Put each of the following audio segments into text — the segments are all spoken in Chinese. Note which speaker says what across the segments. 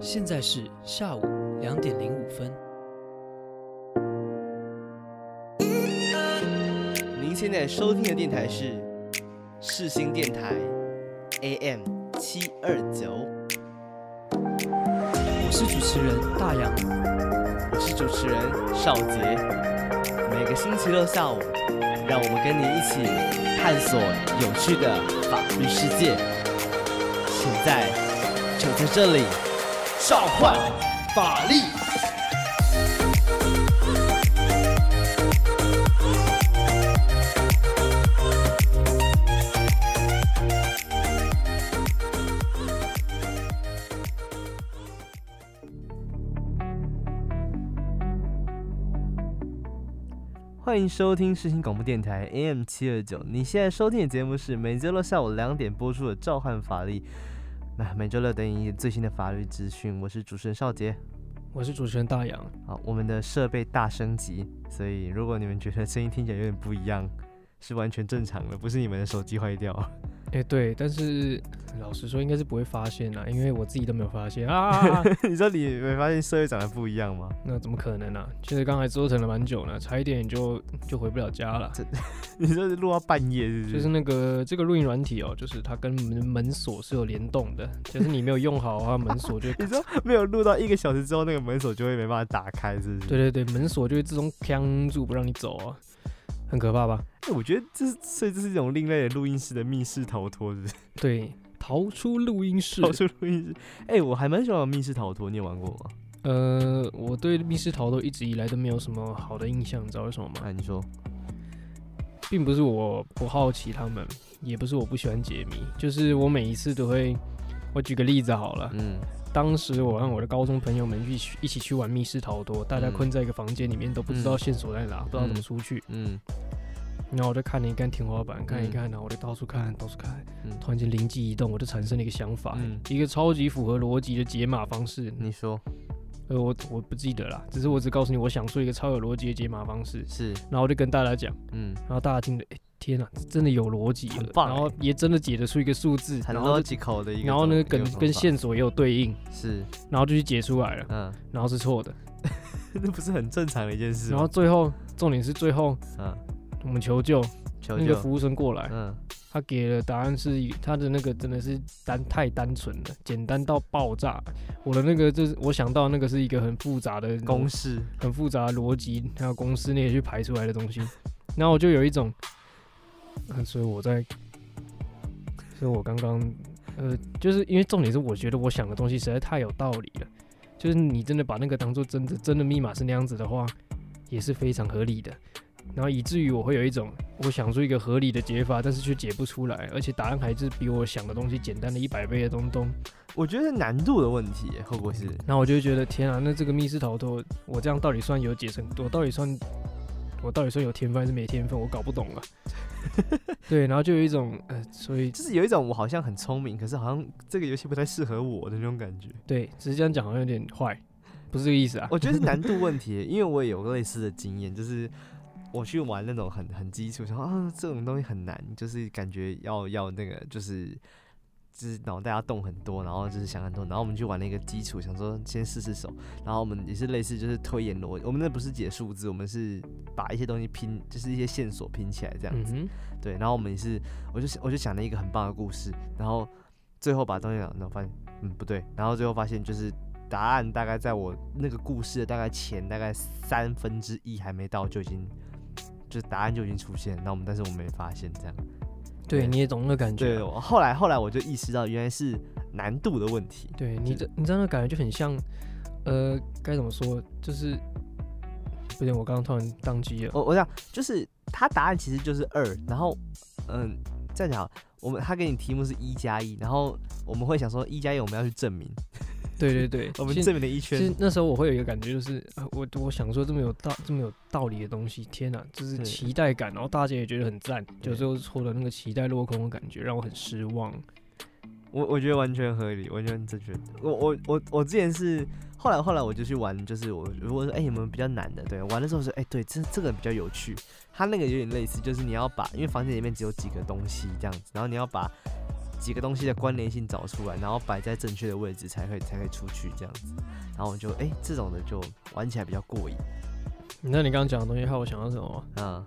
Speaker 1: 现在是下午两点零五分。
Speaker 2: 您现在收听的电台是世新电台 AM 七二九，
Speaker 1: 我是主持人大洋，
Speaker 2: 我是主持人邵杰。每个星期六下午，让我们跟您一起探索有趣的法律世界。现在就在这里，召唤法力！欢迎收听世新广播电台 AM 七二九。你现在收听的节目是每周六下午两点播出的《召唤法力》，那每周六等你最新的法律资讯。我是主持人邵杰。
Speaker 1: 我是主持人大洋。
Speaker 2: 好，我们的设备大升级，所以如果你们觉得声音听起来有点不一样，是完全正常的，不是你们的手机坏掉。
Speaker 1: 哎、对，但是老实说，应该是不会发现啦，因为我自己都没有发现 啊。
Speaker 2: 你说你没发现设备长得不一样吗？
Speaker 1: 那怎么可能啊？其实刚才折腾了蛮久呢，差一点就就回不了家了。
Speaker 2: 你说是录到半夜是不是？
Speaker 1: 就是那个这个录音软体哦，就是它跟门门锁是有联动的，就是你没有用好啊，门锁就会
Speaker 2: 你说没有录到一个小时之后，那个门锁就会没办法打开，是不是？
Speaker 1: 对对对，门锁就会自动扛住不让你走啊，很可怕吧？
Speaker 2: 哎我觉得这是，所以这是一种另类的录音室的密室逃脱，是不是？
Speaker 1: 对，逃出录音室。
Speaker 2: 逃出录音室。哎、我还蛮喜欢玩密室逃脱，你有玩过吗？
Speaker 1: 呃，我对密室逃脱一直以来都没有什么好的印象，你知道为什么吗？
Speaker 2: 啊，你说，
Speaker 1: 并不是我不好奇他们，也不是我不喜欢解谜，就是我每一次都会。我举个例子好了，
Speaker 2: 嗯，
Speaker 1: 当时我和我的高中朋友们一起一起去玩密室逃脱，大家
Speaker 2: 嗯
Speaker 1: 困在一个房间里面，都不知道
Speaker 2: 嗯
Speaker 1: 线索在哪，不知道怎么出去。
Speaker 2: 嗯，
Speaker 1: 然后我就看了一看天花板，看一看，然后我就到处看，到处看，
Speaker 2: 嗯
Speaker 1: 突然间灵机一动，我就产生了一个想法，
Speaker 2: 嗯
Speaker 1: 一个超级符合逻辑的解码方式。
Speaker 2: 你说
Speaker 1: 呃，我我不记得啦，只是我只告诉你，我想出一个超有逻辑的解码方式，
Speaker 2: 是，
Speaker 1: 然后我就跟大家讲，
Speaker 2: 嗯，
Speaker 1: 然后大家听着，哎、天哪，这真的有逻辑
Speaker 2: 很
Speaker 1: 了，
Speaker 2: 棒
Speaker 1: 然后
Speaker 2: 欸
Speaker 1: 也真的解得出一个数字，
Speaker 2: 很
Speaker 1: 然后就
Speaker 2: logical 的一个
Speaker 1: 然
Speaker 2: 种，
Speaker 1: 后呢，
Speaker 2: 一
Speaker 1: 跟
Speaker 2: 个方
Speaker 1: 跟
Speaker 2: 法
Speaker 1: 线索也有对应，
Speaker 2: 是，
Speaker 1: 然后就去解出来了，
Speaker 2: 嗯，
Speaker 1: 然后是错的，
Speaker 2: 那不是很正常的一件事
Speaker 1: 然后
Speaker 2: 吗？
Speaker 1: 最后重点是最后
Speaker 2: 嗯，
Speaker 1: 我们求救，
Speaker 2: 求
Speaker 1: 那个
Speaker 2: 救，
Speaker 1: 服务生过来，
Speaker 2: 嗯，
Speaker 1: 他给的答案是他的那个真的是单太单纯了，简单到爆炸。我的那个就是我想到那个是一个很复杂的
Speaker 2: 公式，
Speaker 1: 很复杂的逻辑，还有公司内去排出来的东西。然后我就有一种，嗯，所以我在，所以我刚刚呃，就是因为重点是我觉得我想的东西实在太有道理了，就是你真的把那个当做真的真的密码是那样子的话，也是非常合理的。然后以至于我会有一种我想出一个合理的解法，但是却解不出来，而且答案还是比我想的东西简单了一百倍的东东。
Speaker 2: 我觉得是难度的问题耶，会不会是？
Speaker 1: 然后我就会觉得天啊，那这个密室逃脱，我这样到底算有解成？我到底算我到底算有天分还是没天分？我搞不懂了。 对，然后就有一种呃，所以
Speaker 2: 就是有一种我好像很聪明，可是好像这个游戏不太适合我的那种感觉。
Speaker 1: 对，只是这样讲好像有点坏，不是这个意思啊。
Speaker 2: 我觉得是难度问题耶，因为我也有类似的经验，就是我去玩那种很很基础，说啊这种东西很难，就是感觉要要那个就是。就是脑袋要动很多，然后就是想很多，然后我们去玩了一个基础，想说先试试手，然后我们也是类似就是推演逻辑，我们那不是解数字，我们是把一些东西拼，就是一些线索拼起来这样
Speaker 1: 嗯
Speaker 2: 子。
Speaker 1: 哼，
Speaker 2: 对，然后我们也是，我就想我就想了一个很棒的故事，然后最后把东西讲，然后发现嗯不对，然后最后发现就是答案大概在我那个故事的大概前大概三分之一还没到就已经。就是答案就已经出现，那我们但是我们没发现这样。
Speaker 1: 对，
Speaker 2: 对
Speaker 1: 你也懂那感觉
Speaker 2: 对，哦
Speaker 1: 啊、
Speaker 2: 我后来后来我就意识到原来是难度的问题。
Speaker 1: 对你这你这样的感觉就很像，呃，该怎么说？就是不对，我刚刚突然宕机了。
Speaker 2: 我我想就是它答案其实就是二，然后嗯这样讲好了，我们他给你题目是一加一，然后我们会想说一加一我们要去证明，
Speaker 1: 对对对，
Speaker 2: 我们
Speaker 1: 现
Speaker 2: 证明了一
Speaker 1: 其
Speaker 2: 圈
Speaker 1: 实，那时候我会有一个感觉，就是啊，我我想说这么有道这么有道理的东西，天哪、就是
Speaker 2: 对
Speaker 1: 期待感，然后大家也觉得很赞，就
Speaker 2: 对
Speaker 1: 最后错了那个期待落空的感觉，让我很失望。
Speaker 2: 我我觉得完全合理，完全正确。我我我我之前是后来后来我就去玩，就是我如果说哎、你们比较难的，对，玩的时候说哎、对，这这个比较有趣。它那个有点类似，就是你要把因为房间里面只有几个东西这样子，然后你要把几个东西的关联性找出来，然后摆在正确的位置才可以才可以出去这样子。然后我就哎、诶这种的就玩起来比较过瘾
Speaker 1: 你知道你刚刚讲的东西害我想到什么吗？
Speaker 2: 啊。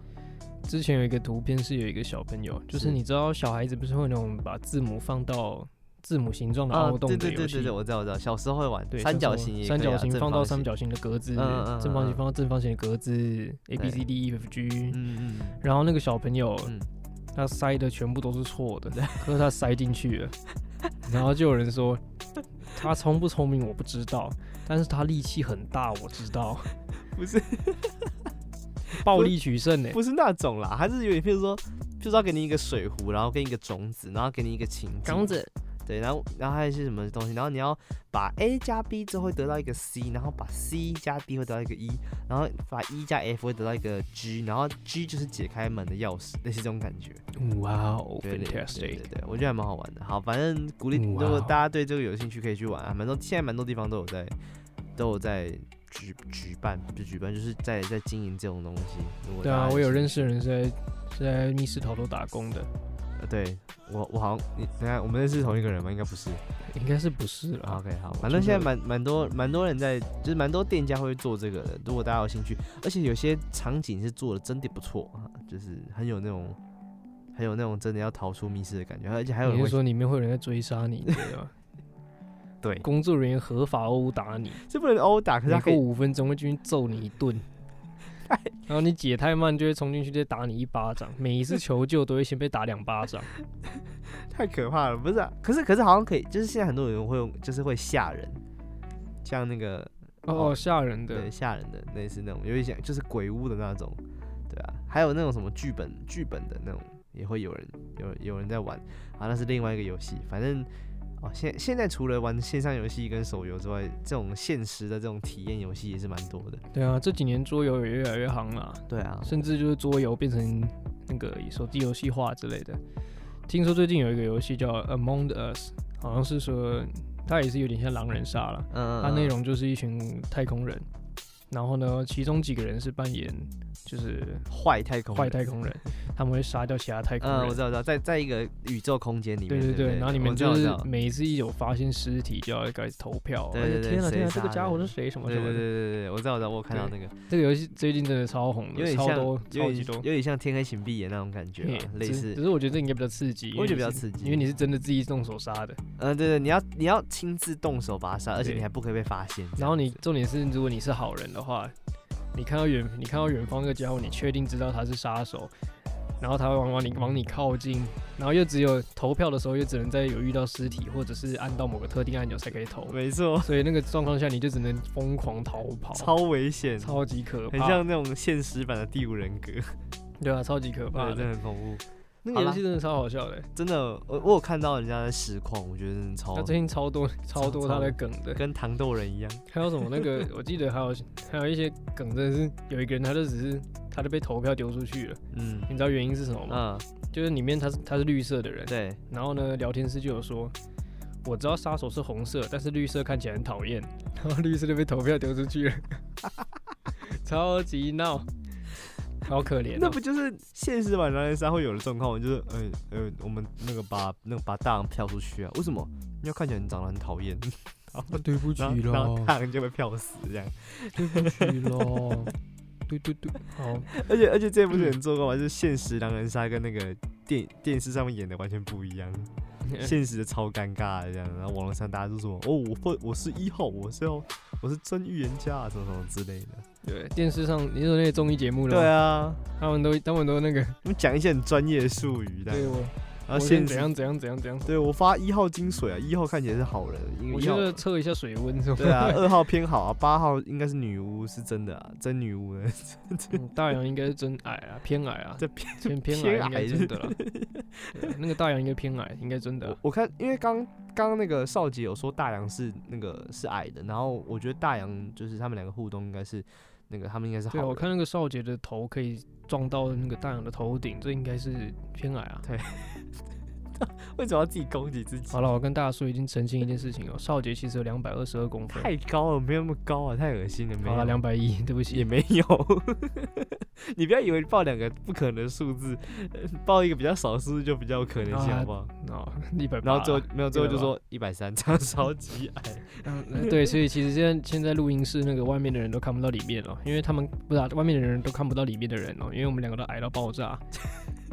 Speaker 1: 之前有一个图片是有一个小朋友，就是
Speaker 2: 是
Speaker 1: 你知道小孩子不是会有那种把字母放到字母形状的
Speaker 2: 啊
Speaker 1: 凹，洞
Speaker 2: 对
Speaker 1: 的
Speaker 2: 对
Speaker 1: 游
Speaker 2: 对
Speaker 1: 戏
Speaker 2: 对对，，我知道我知道，小时候会玩
Speaker 1: 对，
Speaker 2: 三
Speaker 1: 像
Speaker 2: 角
Speaker 1: 什么
Speaker 2: 形也可以啊、
Speaker 1: 三角形
Speaker 2: 正
Speaker 1: 放到三
Speaker 2: 形，
Speaker 1: 角形的格子，
Speaker 2: 嗯嗯
Speaker 1: 正方形
Speaker 2: 嗯
Speaker 1: 放到正方形的格子，A B C D E F G，
Speaker 2: 嗯嗯嗯，
Speaker 1: 然后那个小朋友
Speaker 2: 嗯
Speaker 1: 他塞的全部都是错的，可是他塞进去 了，然后就有人说他聪不聪明我不知道，但是他力气很大我知道，
Speaker 2: 不 是
Speaker 1: 暴力取胜欸呢，
Speaker 2: 不是那种啦，还是有点，譬如说，譬如说给你一个水壶，然后给你一个种子，然后给你一个情境，
Speaker 1: 刚子
Speaker 2: 对，然后然后还有一些什么东西，然后你要把 A 加 B 之后会得到一个 C，然后把 C 加 D 会得到一个 E，然后把 E 加 F 会得到一个 G，然后 G 就是解开门的钥匙，类似这种感觉。
Speaker 1: 哇哦
Speaker 2: 对对对对
Speaker 1: ，fantastic，
Speaker 2: 对对，我觉得还蛮好玩的。好，反正鼓励
Speaker 1: 嗯
Speaker 2: 如
Speaker 1: 哇哦
Speaker 2: 果大家对这个有兴趣，可以去玩啊。蛮多现在蛮多地方都有在都有在举举办，不是举办，就是在在经营这种东西。如果
Speaker 1: 对
Speaker 2: 大
Speaker 1: 啊，
Speaker 2: 家
Speaker 1: 我有
Speaker 2: 兴
Speaker 1: 认
Speaker 2: 趣
Speaker 1: 识的人是在是在密室逃脱打工的，
Speaker 2: 呃，对我我好像你等一下我们认识同一个人吗？应该不是。
Speaker 1: 应该是不是
Speaker 2: 啊
Speaker 1: 了？
Speaker 2: OK 好，反正
Speaker 1: 觉
Speaker 2: 现在
Speaker 1: 得
Speaker 2: 蛮蛮多蛮多人在，就是蛮多店家会做这个的。如果大家有兴趣，而且有些场景是做的真的不错啊，就是很有那种很有那种真的要逃出密室的感觉，而且还有人
Speaker 1: 你
Speaker 2: 会
Speaker 1: 是说里面会有人在追杀你，对吧？
Speaker 2: 对，
Speaker 1: 工作人员合法殴打你，
Speaker 2: 这不能殴打，可是
Speaker 1: 每
Speaker 2: 他可
Speaker 1: 过
Speaker 2: 以
Speaker 1: 五分钟会进去揍你一 顿，然后你解太慢就会冲进去再打你一巴掌，每一次求救都会先被打两巴 掌。
Speaker 2: 太可怕了，不是、啊？可是可是好像可以，就是现在很多人会用，就是会吓人，像那个
Speaker 1: 哦，吓人的
Speaker 2: 对，吓人的类似那种，有一些就是鬼屋的那种，对啊，还有那种什么剧本剧本的那种，也会有人有有人在玩啊，那是另外一个游戏。反正哦，现现在除了玩线上游戏跟手游之外，这种现实的这种体验游戏也是蛮多的。
Speaker 1: 对啊，这几年桌游也越来越夯了，
Speaker 2: 对啊，
Speaker 1: 甚至就是桌游变成那个手机游戏化之类的。听说最近有一个游戏叫《Among Us》，好像是说它也是有点像狼人杀了，
Speaker 2: 嗯，
Speaker 1: 它内
Speaker 2: 嗯
Speaker 1: 容就是一群太空人，然后呢，其中几个人是扮演就是
Speaker 2: 坏太空人，
Speaker 1: 坏太空人，他们会杀掉其他太空
Speaker 2: 嗯，我
Speaker 1: 人
Speaker 2: 知。道，我知道，在在一个宇宙空间里面，
Speaker 1: 对
Speaker 2: 对
Speaker 1: 对对，然后你们
Speaker 2: 我知道
Speaker 1: 就
Speaker 2: 我知
Speaker 1: 是
Speaker 2: 道
Speaker 1: 每一次一有发现尸体就要开始投票。
Speaker 2: 对
Speaker 1: 哎
Speaker 2: 对对
Speaker 1: 天啊天啊，
Speaker 2: 谁
Speaker 1: 这个
Speaker 2: 杀
Speaker 1: 家伙
Speaker 2: 人
Speaker 1: 是谁什么
Speaker 2: 对
Speaker 1: 什
Speaker 2: 对
Speaker 1: 么
Speaker 2: 对
Speaker 1: 的？
Speaker 2: 对对，我知道，我知道，我有看到那个，
Speaker 1: 这个游戏最近真的超红
Speaker 2: 有
Speaker 1: 的，
Speaker 2: 点
Speaker 1: 超
Speaker 2: 像，
Speaker 1: 多超
Speaker 2: 有
Speaker 1: 级
Speaker 2: 点
Speaker 1: 多。
Speaker 2: 有点像天黑请闭眼那种感觉
Speaker 1: 嘿
Speaker 2: 吧，类
Speaker 1: 只
Speaker 2: 似
Speaker 1: 只。是我觉得这应该比较刺激，因
Speaker 2: 我
Speaker 1: 为
Speaker 2: 觉得
Speaker 1: 你
Speaker 2: 比较
Speaker 1: 是
Speaker 2: 刺激
Speaker 1: 因为你是真的自己动手杀的。
Speaker 2: 嗯，对对，你要你要亲自动手把它杀，而且
Speaker 1: 对
Speaker 2: 你还不可以被发现。这
Speaker 1: 然后
Speaker 2: 样
Speaker 1: 你
Speaker 2: 子
Speaker 1: 重点是，如果你是好人的话，你看到远你看到远方那个家伙，你确定知道他是杀手，然后他会往往你往你靠近，然后又只有投票的时候，又只能在有遇到尸体或者是按到某个特定按钮才可以投。
Speaker 2: 没错，
Speaker 1: 所以那个状况下，你就只能疯狂逃跑，
Speaker 2: 超危险，
Speaker 1: 超级可
Speaker 2: 很
Speaker 1: 怕，
Speaker 2: 像那种现实版的《第五人格》，
Speaker 1: 对啊，超级可怕
Speaker 2: 对，真
Speaker 1: 的。
Speaker 2: 的很恐怖。
Speaker 1: 那
Speaker 2: 好
Speaker 1: 个游
Speaker 2: 啦
Speaker 1: 戏真的超好笑的，欸
Speaker 2: 真的，我我有看到人家在实况，我觉得真的超
Speaker 1: 他最近超多超多
Speaker 2: 哦超
Speaker 1: 他的梗 的，
Speaker 2: 跟糖豆人 一样。
Speaker 1: 还有什么那个我记得还有还有一些梗真的是有一个人他就只是他就被投票丢出去了，
Speaker 2: 嗯
Speaker 1: 你知道原因是什么吗？
Speaker 2: 嗯，
Speaker 1: 就是里面他是他是绿色的人，
Speaker 2: 对，
Speaker 1: 然后呢聊天室就有说。我知道杀手是红色，但是绿色看起来很讨厌，然后绿色就被投票丢 出去了，超级闹，好可怜、哦。
Speaker 2: 那不就是现实版狼人杀会有的状况吗？就是呃呃，我们那个把那个把大狼票出去啊？为什么？因为看起来你长得很讨厌，
Speaker 1: 对不
Speaker 2: 然后然后大狼就被票死这样。
Speaker 1: 对不起 喽。对对对，好，
Speaker 2: 而且而且这不
Speaker 1: 嗯
Speaker 2: 是很做过吗？就是现实狼人杀跟那个电电视上面演的完全不一 样，现实的超尴尬的这样。然后网络上大家都说哦，我会我是一号，我是要我是真预言家啊，什么什么之类的。
Speaker 1: 对，电视上你说那个综艺节目了，
Speaker 2: 对，啊，
Speaker 1: 他们都他们都那个，
Speaker 2: 他们讲一些很专业的术语的。
Speaker 1: 对我，
Speaker 2: 然后
Speaker 1: 我先
Speaker 2: 啊现
Speaker 1: 怎
Speaker 2: 实，
Speaker 1: 样怎样怎样怎样，
Speaker 2: 对啊我发一号金水啊，一号看起来是好人，因
Speaker 1: 我
Speaker 2: 为一
Speaker 1: 觉
Speaker 2: 号
Speaker 1: 得测一下水温是吧？
Speaker 2: 对啊，二号偏好啊，八号应该是女巫，是真的 啊，真女巫呢，
Speaker 1: 嗯大洋应该是真矮啊，偏矮啊，
Speaker 2: 这偏
Speaker 1: 偏偏
Speaker 2: 偏
Speaker 1: 矮应该
Speaker 2: 矮
Speaker 1: 真 的了，对啊那个大洋应该偏矮，应该真的
Speaker 2: 我
Speaker 1: 啊，
Speaker 2: 我看，因为刚刚那个少杰有说大洋是那个是矮的，然后我觉得大洋就是他们两个互动应该是那个他们应该是好
Speaker 1: 对啊，
Speaker 2: 人。
Speaker 1: 我看那个少杰的头可以撞到那个大洋的头顶，这应该是偏矮啊。
Speaker 2: 为什么要自己攻击自己？
Speaker 1: 好了，我跟大家说，已经澄清一件事情哦，少杰其实有两百二十二公分，
Speaker 2: 太高了，没有那么高啊，太恶心了，没
Speaker 1: 好了，
Speaker 2: 有
Speaker 1: 两百一，对不起
Speaker 2: 也，没有。你不要以为报两个不可能的数字，呃报一个比较少的数字就比较有可能性，
Speaker 1: 啊
Speaker 2: 好不好？
Speaker 1: 哦， 一百
Speaker 2: 然
Speaker 1: 八
Speaker 2: 后。最后没有，最后就
Speaker 1: 对吧
Speaker 2: 说一百三，这样超级矮。
Speaker 1: 嗯，呃对，所以其实现在现在录音室那个外面的人都看不到里面了，因为他们不是、啊、外面的人都看不到里面的人哦，因为我们两个都矮到爆 炸，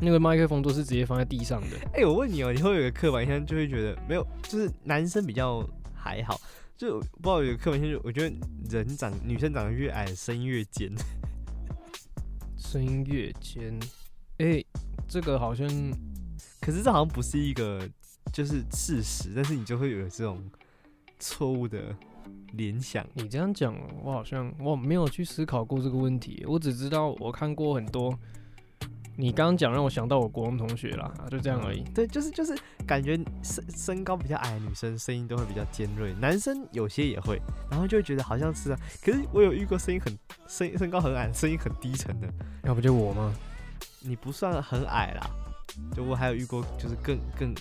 Speaker 1: 那个麦克风都是直接放在地上的。
Speaker 2: 哎、我问你哦、你会不会有个刻板印象，就会觉得没有，就是男生比较还好，就不知道有个刻板印象，我觉得人长女生长得越矮，声音越尖。
Speaker 1: 声音越尖，哎、这个好像
Speaker 2: 可是这好像不是一个就是事实，但是你就会有这种错误的联想。
Speaker 1: 你这样讲，我好像我没有去思考过这个问题，我只知道我看过很多。你刚刚讲让我想到我国中同学啦，啊就这样而已。
Speaker 2: 嗯对，就是就是感觉身身高比较矮的女生声音都会比较尖锐，男生有些也会，然后就会觉得好像是啊。可是我有遇过声音很声身高很矮、声音很低沉的，
Speaker 1: 要不就我吗？
Speaker 2: 你不算很矮啦。就我还有遇过就是更更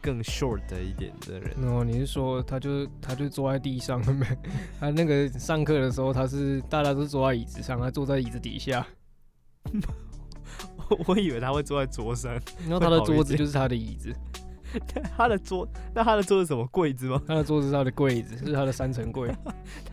Speaker 2: 更 short 的一点的人，
Speaker 1: 哦，你是说他就他就坐在地上，没？ 他那个上课的时候他是大家都坐在椅子上，他坐在椅子底下，
Speaker 2: 我以为他会坐在桌上，
Speaker 1: 然后他的
Speaker 2: 会好一
Speaker 1: 桌子
Speaker 2: 点
Speaker 1: 就是他的椅子，
Speaker 2: 他的桌那他的桌是什么柜子吗？
Speaker 1: 他的桌子是他的柜子，是他的三层 柜。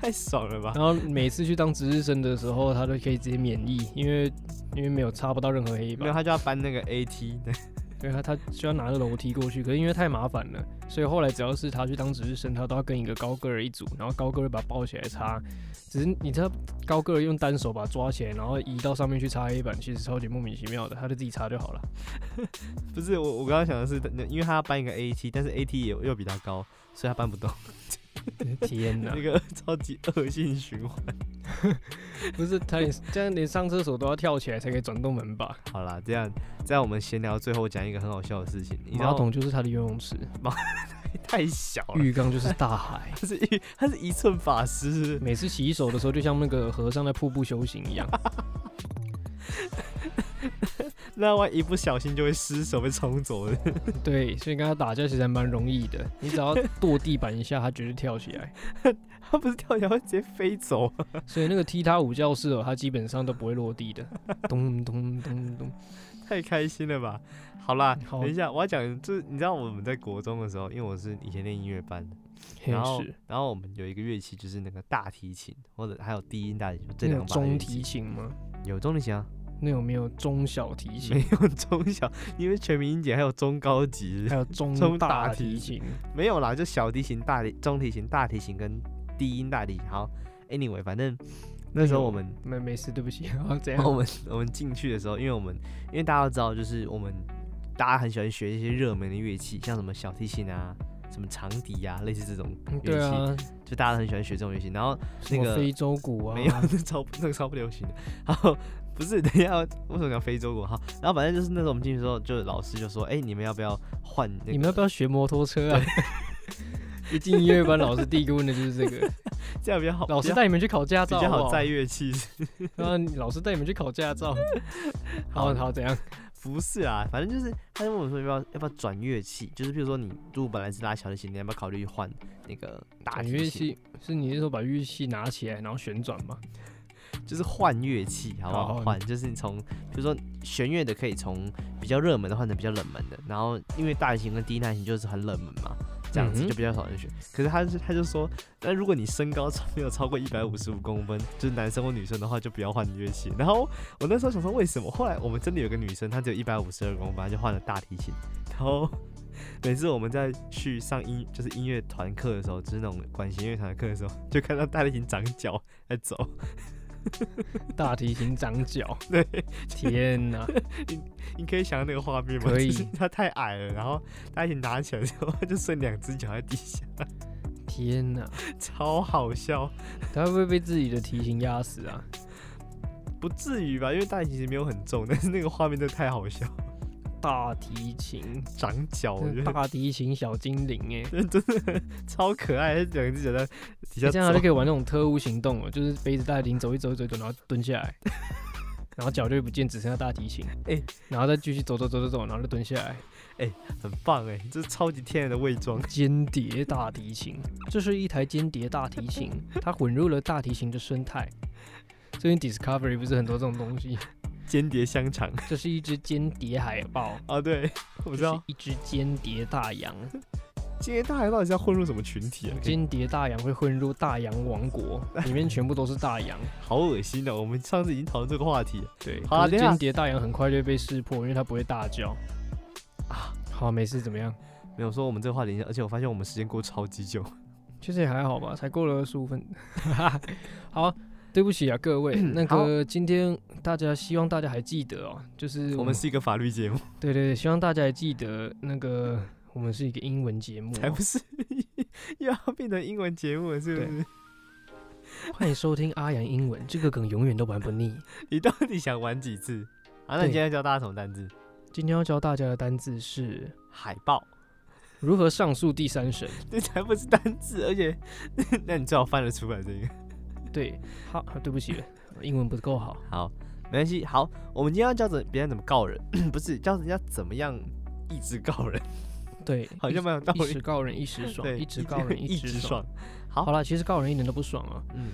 Speaker 2: 太爽了吧！
Speaker 1: 然后每次去当值日生的时候，他都可以直接免疫，因为因为没有擦不到任何黑
Speaker 2: 没有，
Speaker 1: 板。
Speaker 2: 他就要搬那个 AT 的。
Speaker 1: 对啊他，他需要拿着楼梯过去，可是因为太麻烦了，所以后来只要是他去当值日生，他都要跟一个高个儿一组，然后高个儿把他抱起来擦。只是你知道，高个儿用单手把他抓起来，然后移到上面去擦黑板，其实超级莫名其妙的，他就自己擦就好了。
Speaker 2: 不是我，我刚刚想的是，因为他要搬一个 AT，但是 AT 也又比他高，所以他搬不动，
Speaker 1: 天哪
Speaker 2: 那，个超级恶性循环。
Speaker 1: 不是他连这样连上厕所都要跳起来才可以转动门把，
Speaker 2: 好啦，这样这样我们闲聊最后讲一个很好笑的事情，你知
Speaker 1: 马
Speaker 2: 道
Speaker 1: 桶就是他的游泳池，
Speaker 2: 太小 了，
Speaker 1: 浴缸就是大海。
Speaker 2: 它是一它是一寸法师是不
Speaker 1: 每次洗手的时候，就像那个和尚在瀑布修行一样。
Speaker 2: 是，那万一不小心就会失手被冲走的。
Speaker 1: 对，所以跟他打架其实还蛮容易的，你只要跺地板一下，他绝对跳起来。
Speaker 2: 他不是跳起来会直接飞走，
Speaker 1: 所以那个踢踏舞教室哦，它基本上都不会 落地的，咚咚咚咚。
Speaker 2: 太开心了吧？ 好啦，
Speaker 1: 嗯好
Speaker 2: 等一下我要讲，就是你知道我们在国中的时候，因为我是以前练音乐班的，
Speaker 1: 嘿
Speaker 2: 然后
Speaker 1: 是
Speaker 2: 然后我们有一个乐器就是那个大提琴或者还有低音大提琴这
Speaker 1: 那
Speaker 2: 两
Speaker 1: 有
Speaker 2: 把乐
Speaker 1: 中
Speaker 2: 器
Speaker 1: 提琴吗？
Speaker 2: 有中提琴啊，
Speaker 1: 那有没有中小提琴
Speaker 2: 没？有中小，因为全民英姐还有中高级
Speaker 1: 还，有中
Speaker 2: 中
Speaker 1: 大
Speaker 2: 大
Speaker 1: 提
Speaker 2: 提
Speaker 1: 琴？
Speaker 2: 没有啦，就小提琴、大提、中提琴、大提琴跟低音大提琴。好，anyway，反正那
Speaker 1: 哎
Speaker 2: 时候我们
Speaker 1: 没没事，对不 起。然后怎
Speaker 2: 我
Speaker 1: 样？
Speaker 2: 们我们进去的时候，因为我们因为大家都知道，就是我们大家很喜欢学一些热门的乐器，像什么小提琴啊、什么长笛啊，类似这种
Speaker 1: 嗯
Speaker 2: 乐
Speaker 1: 对
Speaker 2: 器，
Speaker 1: 啊，
Speaker 2: 就大家都很喜欢学这种乐器。然后
Speaker 1: 什
Speaker 2: 那
Speaker 1: 么
Speaker 2: 个
Speaker 1: 非洲鼓啊
Speaker 2: 没，有， 那超那个超不流行的。然后不是，等一下为什么讲非洲鼓？哈，然后反正就是那时候我们进去的时候，就老师就说：“哎、你们要不要换那个？
Speaker 1: 你们要不要学摩托车啊？ 一进音乐班，老师第一个问的就是这个。
Speaker 2: 这样比较 好，
Speaker 1: 老
Speaker 2: 比
Speaker 1: 师哦
Speaker 2: 较
Speaker 1: 带你们去考驾
Speaker 2: 比
Speaker 1: 照，
Speaker 2: 较
Speaker 1: 好
Speaker 2: 好
Speaker 1: 不
Speaker 2: 载乐器。
Speaker 1: 对啊，老师带你们去考驾 照。好好怎样？
Speaker 2: 不是啊，反正就是他就问我说要不要要不要转乐器，就是比如说你如果本来是拉小提琴，你要不要考虑换那个大
Speaker 1: 打
Speaker 2: 提
Speaker 1: 啊乐
Speaker 2: 琴？
Speaker 1: 器是你那时候把乐器拿起来，然后旋转吗？
Speaker 2: 就是换乐器，好不
Speaker 1: 好
Speaker 2: 好？
Speaker 1: 好
Speaker 2: 换就是你从比如说弦乐的可以从比较热门的换成比较冷门的，然后因为大提琴跟低音大提琴就是很冷门嘛，这样
Speaker 1: 嗯
Speaker 2: 子
Speaker 1: 哼
Speaker 2: 就比较少人学。可是他就他就说，那如果你身高超没有超过一百五十五公分，就是男生或女生的话，就不要换乐器。然后我那时候想说为什么？后来我们真的有个女生，她只有一百五十二公分，她就换了大提琴，然后。 每次我们在去上音就是音乐团课的时候，就是那种管弦乐团的课的时候，就看到大提琴长脚在走，
Speaker 1: 大提琴长 脚，
Speaker 2: 对，
Speaker 1: 天哪！
Speaker 2: 你可以想象那个画面吗？
Speaker 1: 可以
Speaker 2: 就是它太矮了，然后大家一起拿起来之后，就剩两只脚在底下，
Speaker 1: 天哪！
Speaker 2: 超好笑。
Speaker 1: 他会不会被自己的提琴压死啊？
Speaker 2: 不至于吧？因为大提琴没有很重，但是那个画面真的太好笑，
Speaker 1: 大提琴，哦
Speaker 2: 长脚，我觉得
Speaker 1: 大提琴小精 灵哎、
Speaker 2: 超可爱，两只脚在底
Speaker 1: 欸，
Speaker 2: 下
Speaker 1: 这样他就
Speaker 2: 走。
Speaker 1: 可以玩那种特务行动了，就是背着大提琴走一走一走一走，然后蹲下来， 然后脚就会不见，只剩下大提琴，
Speaker 2: 欸
Speaker 1: 然后再继续走走走走走，然后就蹲下来，
Speaker 2: 很棒哎，这是超级天然的伪装。
Speaker 1: 间谍大提琴，这是一台间谍大提 琴，它混入了大提琴的生态。最近 Discovery 不是很多这种东西，
Speaker 2: 间谍香 肠
Speaker 1: 这是一只间谍海豹，
Speaker 2: 啊，对，我
Speaker 1: 我
Speaker 2: 知道，
Speaker 1: 一只间谍大 洋，
Speaker 2: 间谍大海到底是要混入什么群体啊？可以
Speaker 1: 间谍大洋会混入大洋王 国，里面全部都是大洋。
Speaker 2: 好恶心哦！我们上次已经讨论这个话题了
Speaker 1: 对，
Speaker 2: 好啊
Speaker 1: 可是
Speaker 2: 等一下
Speaker 1: 间谍大洋很快就会被识破，因为它不会大 叫。
Speaker 2: 啊，
Speaker 1: 好，没事，怎么样？
Speaker 2: 没有说我们这个话题，而且我发现我们时间过超级久，
Speaker 1: 其实也还好吧，才过了十五分。 好，对不起啊，各 位，那个今天大家希望大家还记得哦，就是
Speaker 2: 我们是一个法律节目，
Speaker 1: 对对对，希望大家还记得那个我们是一个英文节目哦、
Speaker 2: 才不是 又要变成英文节目了，是不是？
Speaker 1: 欢迎收听阿阳英文，这个梗永远都玩不腻。
Speaker 2: 你到底想玩几次？啊，那你
Speaker 1: 对
Speaker 2: 今天教大家什么单字？
Speaker 1: 今天要教大家的单字是
Speaker 2: 海报，
Speaker 1: 如何上诉第三 审。
Speaker 2: 这才不是单字，而且 那你最好翻得出来这个。
Speaker 1: 对，好，啊对不起， 英文不够好。
Speaker 2: 好，没关系。好，我们今天要教怎别人怎么告人， 不是教人家怎么样一直告人，
Speaker 1: 对，
Speaker 2: 好像蛮有道
Speaker 1: 一
Speaker 2: 理
Speaker 1: 时。告人一时
Speaker 2: 对，
Speaker 1: 爽，一直告 人
Speaker 2: 一
Speaker 1: 直爽。。
Speaker 2: 好
Speaker 1: 好啦，其实告人一点都不爽啊。
Speaker 2: 嗯，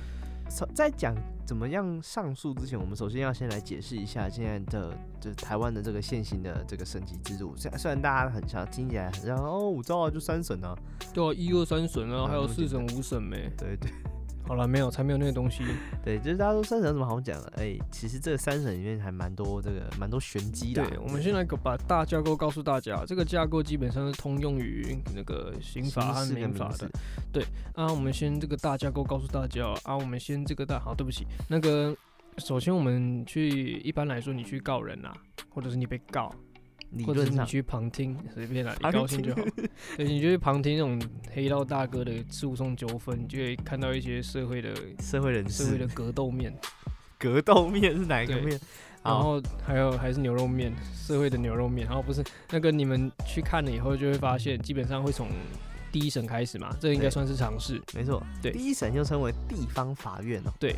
Speaker 2: 首在讲怎么样上诉之前，我们首先要先来解释一下现在的就是台湾的这个现行的这个审级制度。虽虽然大家很想听起来很像哦，我知道啊，就三审啊，
Speaker 1: 对啊，一二三审
Speaker 2: 哪有
Speaker 1: 啊，还有
Speaker 2: 那么
Speaker 1: 四
Speaker 2: 简
Speaker 1: 审、五审没。
Speaker 2: 对对
Speaker 1: 好了，没有，才没有那个东西。
Speaker 2: 对，就是大家说三审有什么好讲的？哎、其实这个三审里面还蛮多这个蛮多玄机的。
Speaker 1: 对，我们先来把大架构告诉大家，这个架构基本上是通用于那个刑法和
Speaker 2: 刑事跟
Speaker 1: 民
Speaker 2: 民
Speaker 1: 法的
Speaker 2: 事。
Speaker 1: 啊，我们先这个大架构告诉大家啊，我们先这个大好，对不起，那个首先我们去一般来说，你去告人啊，或者是你被告，
Speaker 2: 理
Speaker 1: 或者
Speaker 2: 论
Speaker 1: 是你
Speaker 2: 上
Speaker 1: 去旁听，随便啦，你
Speaker 2: 旁
Speaker 1: 高兴
Speaker 2: 听
Speaker 1: 就好。 对，你就去旁听那种黑道大哥的诉讼纠纷，你就会看到一些社会的
Speaker 2: 社会人
Speaker 1: 社会
Speaker 2: 士
Speaker 1: 的格斗面，
Speaker 2: 格斗面是哪一个
Speaker 1: 对
Speaker 2: 面？
Speaker 1: 然
Speaker 2: 好，
Speaker 1: 后还有还是牛肉面，社会的牛肉面。然后不是那个你们去看了以后，就会发现基本上会从第一审开始嘛，这应该
Speaker 2: 对
Speaker 1: 算是尝试。
Speaker 2: 没错，
Speaker 1: 对
Speaker 2: 第一审又称为地方法院哦。
Speaker 1: 第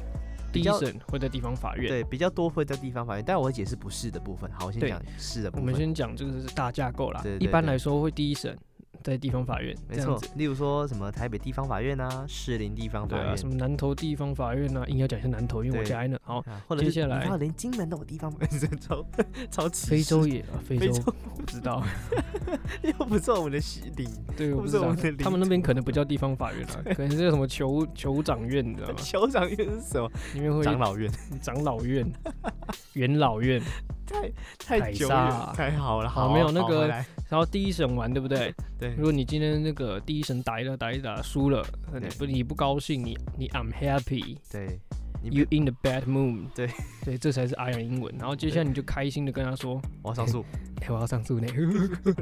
Speaker 2: 比
Speaker 1: 一
Speaker 2: 较
Speaker 1: 审会在地方法院。
Speaker 2: 对，比较多会在地方法院，但我会解释不是的部分。好，我先
Speaker 1: 对
Speaker 2: 讲是的部
Speaker 1: 我
Speaker 2: 分。
Speaker 1: 们先讲这个是大架构啦，
Speaker 2: 对对
Speaker 1: 一般
Speaker 2: 对
Speaker 1: 来说会第一审在地方法院，
Speaker 2: 没
Speaker 1: 这样
Speaker 2: 错
Speaker 1: 子。，
Speaker 2: 例如说什么台北地方法院啊、士林地方法
Speaker 1: 对
Speaker 2: 院，
Speaker 1: 啊，什么南投地方法院啊，硬要讲一下南投，因为我
Speaker 2: 对
Speaker 1: 家在那。好，
Speaker 2: 啊或者是
Speaker 1: 接下来
Speaker 2: 你知道连金门都有地方法院， 真的超超歧视
Speaker 1: 非洲也，啊非
Speaker 2: 非
Speaker 1: 洲
Speaker 2: 洲
Speaker 1: 我知道，
Speaker 2: 又不是我们的西林
Speaker 1: 对，我
Speaker 2: 不
Speaker 1: 不
Speaker 2: 是
Speaker 1: 知
Speaker 2: 我
Speaker 1: 道
Speaker 2: 们的，
Speaker 1: 他们那边可能不叫地方法院啊，可能是叫什么酋酋长院，你知道吗？
Speaker 2: 酋长院是什么？
Speaker 1: 里面会
Speaker 2: 长老院，
Speaker 1: 长老院、元老院，
Speaker 2: 太太
Speaker 1: 凯
Speaker 2: 久
Speaker 1: 撒
Speaker 2: 远，太好了，
Speaker 1: 好
Speaker 2: 好
Speaker 1: 没有那
Speaker 2: 好回
Speaker 1: 个
Speaker 2: 来
Speaker 1: 然后第一审完，对不对？
Speaker 2: 对
Speaker 1: 如果你今天那个第一审打一打打一打输了，呃你
Speaker 2: 对
Speaker 1: 不你不高兴，你你 I'm happy，
Speaker 2: 对，你
Speaker 1: You
Speaker 2: 不
Speaker 1: in the bad mood，
Speaker 2: 对
Speaker 1: 对，这才是 I 人英文。然后接下来你就开心的跟他说
Speaker 2: 我要上 诉，：“
Speaker 1: 哎、我要上诉呢。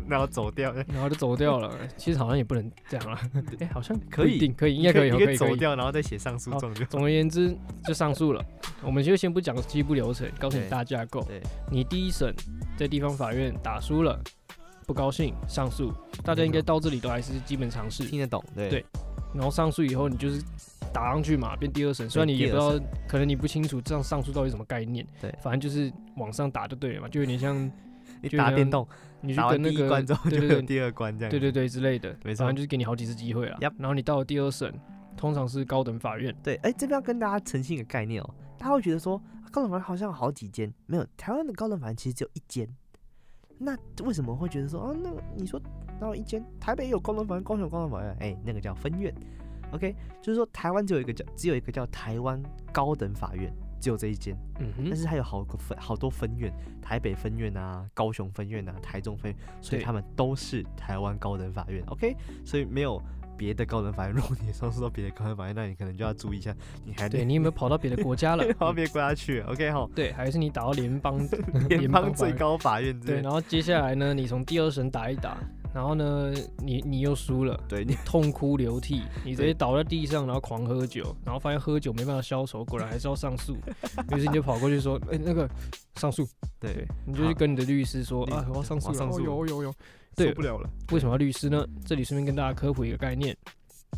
Speaker 2: 然后走掉，”
Speaker 1: 然后就走掉了。其实好像也不能这样啊，哎、好像
Speaker 2: 可
Speaker 1: 不一
Speaker 2: 以
Speaker 1: 定可以，应
Speaker 2: 你
Speaker 1: 该
Speaker 2: 可
Speaker 1: 可
Speaker 2: 以
Speaker 1: 以，哦
Speaker 2: 一
Speaker 1: 可
Speaker 2: 个
Speaker 1: 以，哦可
Speaker 2: 走
Speaker 1: 以。
Speaker 2: 掉，然后再写上诉
Speaker 1: 好
Speaker 2: 状就
Speaker 1: 总而言之，就上诉了。我们就先不讲西部流程，告诉你
Speaker 2: 对
Speaker 1: 大架构。
Speaker 2: 对
Speaker 1: 你第一审在地方法院打输了，不高兴上诉，大家应该到这里都还是基本常识。
Speaker 2: 听得懂，对
Speaker 1: 对然后上诉以后，你就是打上去嘛，变第二审。虽然你也不知道，可能你不清楚这样上诉到底什么概念，
Speaker 2: 对
Speaker 1: 反正就是往上打就对了嘛，就有点像
Speaker 2: 你
Speaker 1: 就
Speaker 2: 打
Speaker 1: 像
Speaker 2: 电动，
Speaker 1: 你去
Speaker 2: 打完
Speaker 1: 跟
Speaker 2: 第一
Speaker 1: 那个
Speaker 2: 关之后就
Speaker 1: 对对
Speaker 2: 有
Speaker 1: 对
Speaker 2: 第二关这样，
Speaker 1: 对对对之类的，
Speaker 2: 没错
Speaker 1: 反正就是给你好几次机会啦。啊
Speaker 2: Yup
Speaker 1: 然后你到了第二审，通常是高等法院，
Speaker 2: 对，哎、这边要跟大家澄清一个概念哦，大家会觉得说啊高等法院好像有好几间，没有，台湾的高等法院其实只有一间。那为什么会觉得说啊，那个你说然后一间，台北也有高等法院，高雄有高等法院，哎、那个叫分院。OK，就是说台湾只有一个叫只有一个叫台湾高等法院，只有这一间，
Speaker 1: 嗯
Speaker 2: 但
Speaker 1: 哼，
Speaker 2: 是它有好个分好多分院，台北分院啊、高雄分院啊、台中分院，所以
Speaker 1: 对
Speaker 2: 他们都是台湾高等法院。OK，所以没有别的高等法院。如果你上诉到别的高等法院，那你可能就要注意一下，你还？
Speaker 1: 对你有没有跑到别的国家了
Speaker 2: 跑到别的国家去？OK 哈，
Speaker 1: 对，还是你打到 联邦
Speaker 2: 联邦最
Speaker 1: 法院
Speaker 2: 高法院之
Speaker 1: 对，
Speaker 2: 类的。
Speaker 1: 然后接下来呢，你从第二审打一打，然后呢，你你又输了。
Speaker 2: 对，你
Speaker 1: 痛哭流涕，你直
Speaker 2: 对
Speaker 1: 接倒在地上，然后狂喝酒，然后发现喝酒没办法消愁，果然还是要上诉。 于是你就跑过去说：“哎、那个上诉。”
Speaker 2: 对，
Speaker 1: 你就去跟你的律师说：“
Speaker 2: 律
Speaker 1: 啊，我要上诉
Speaker 2: 我
Speaker 1: 了。
Speaker 2: 要上
Speaker 1: 哦
Speaker 2: 诉
Speaker 1: 有有有。对
Speaker 2: 受不了了。
Speaker 1: 为什么要律师呢？这里顺便跟大家科普一个概念，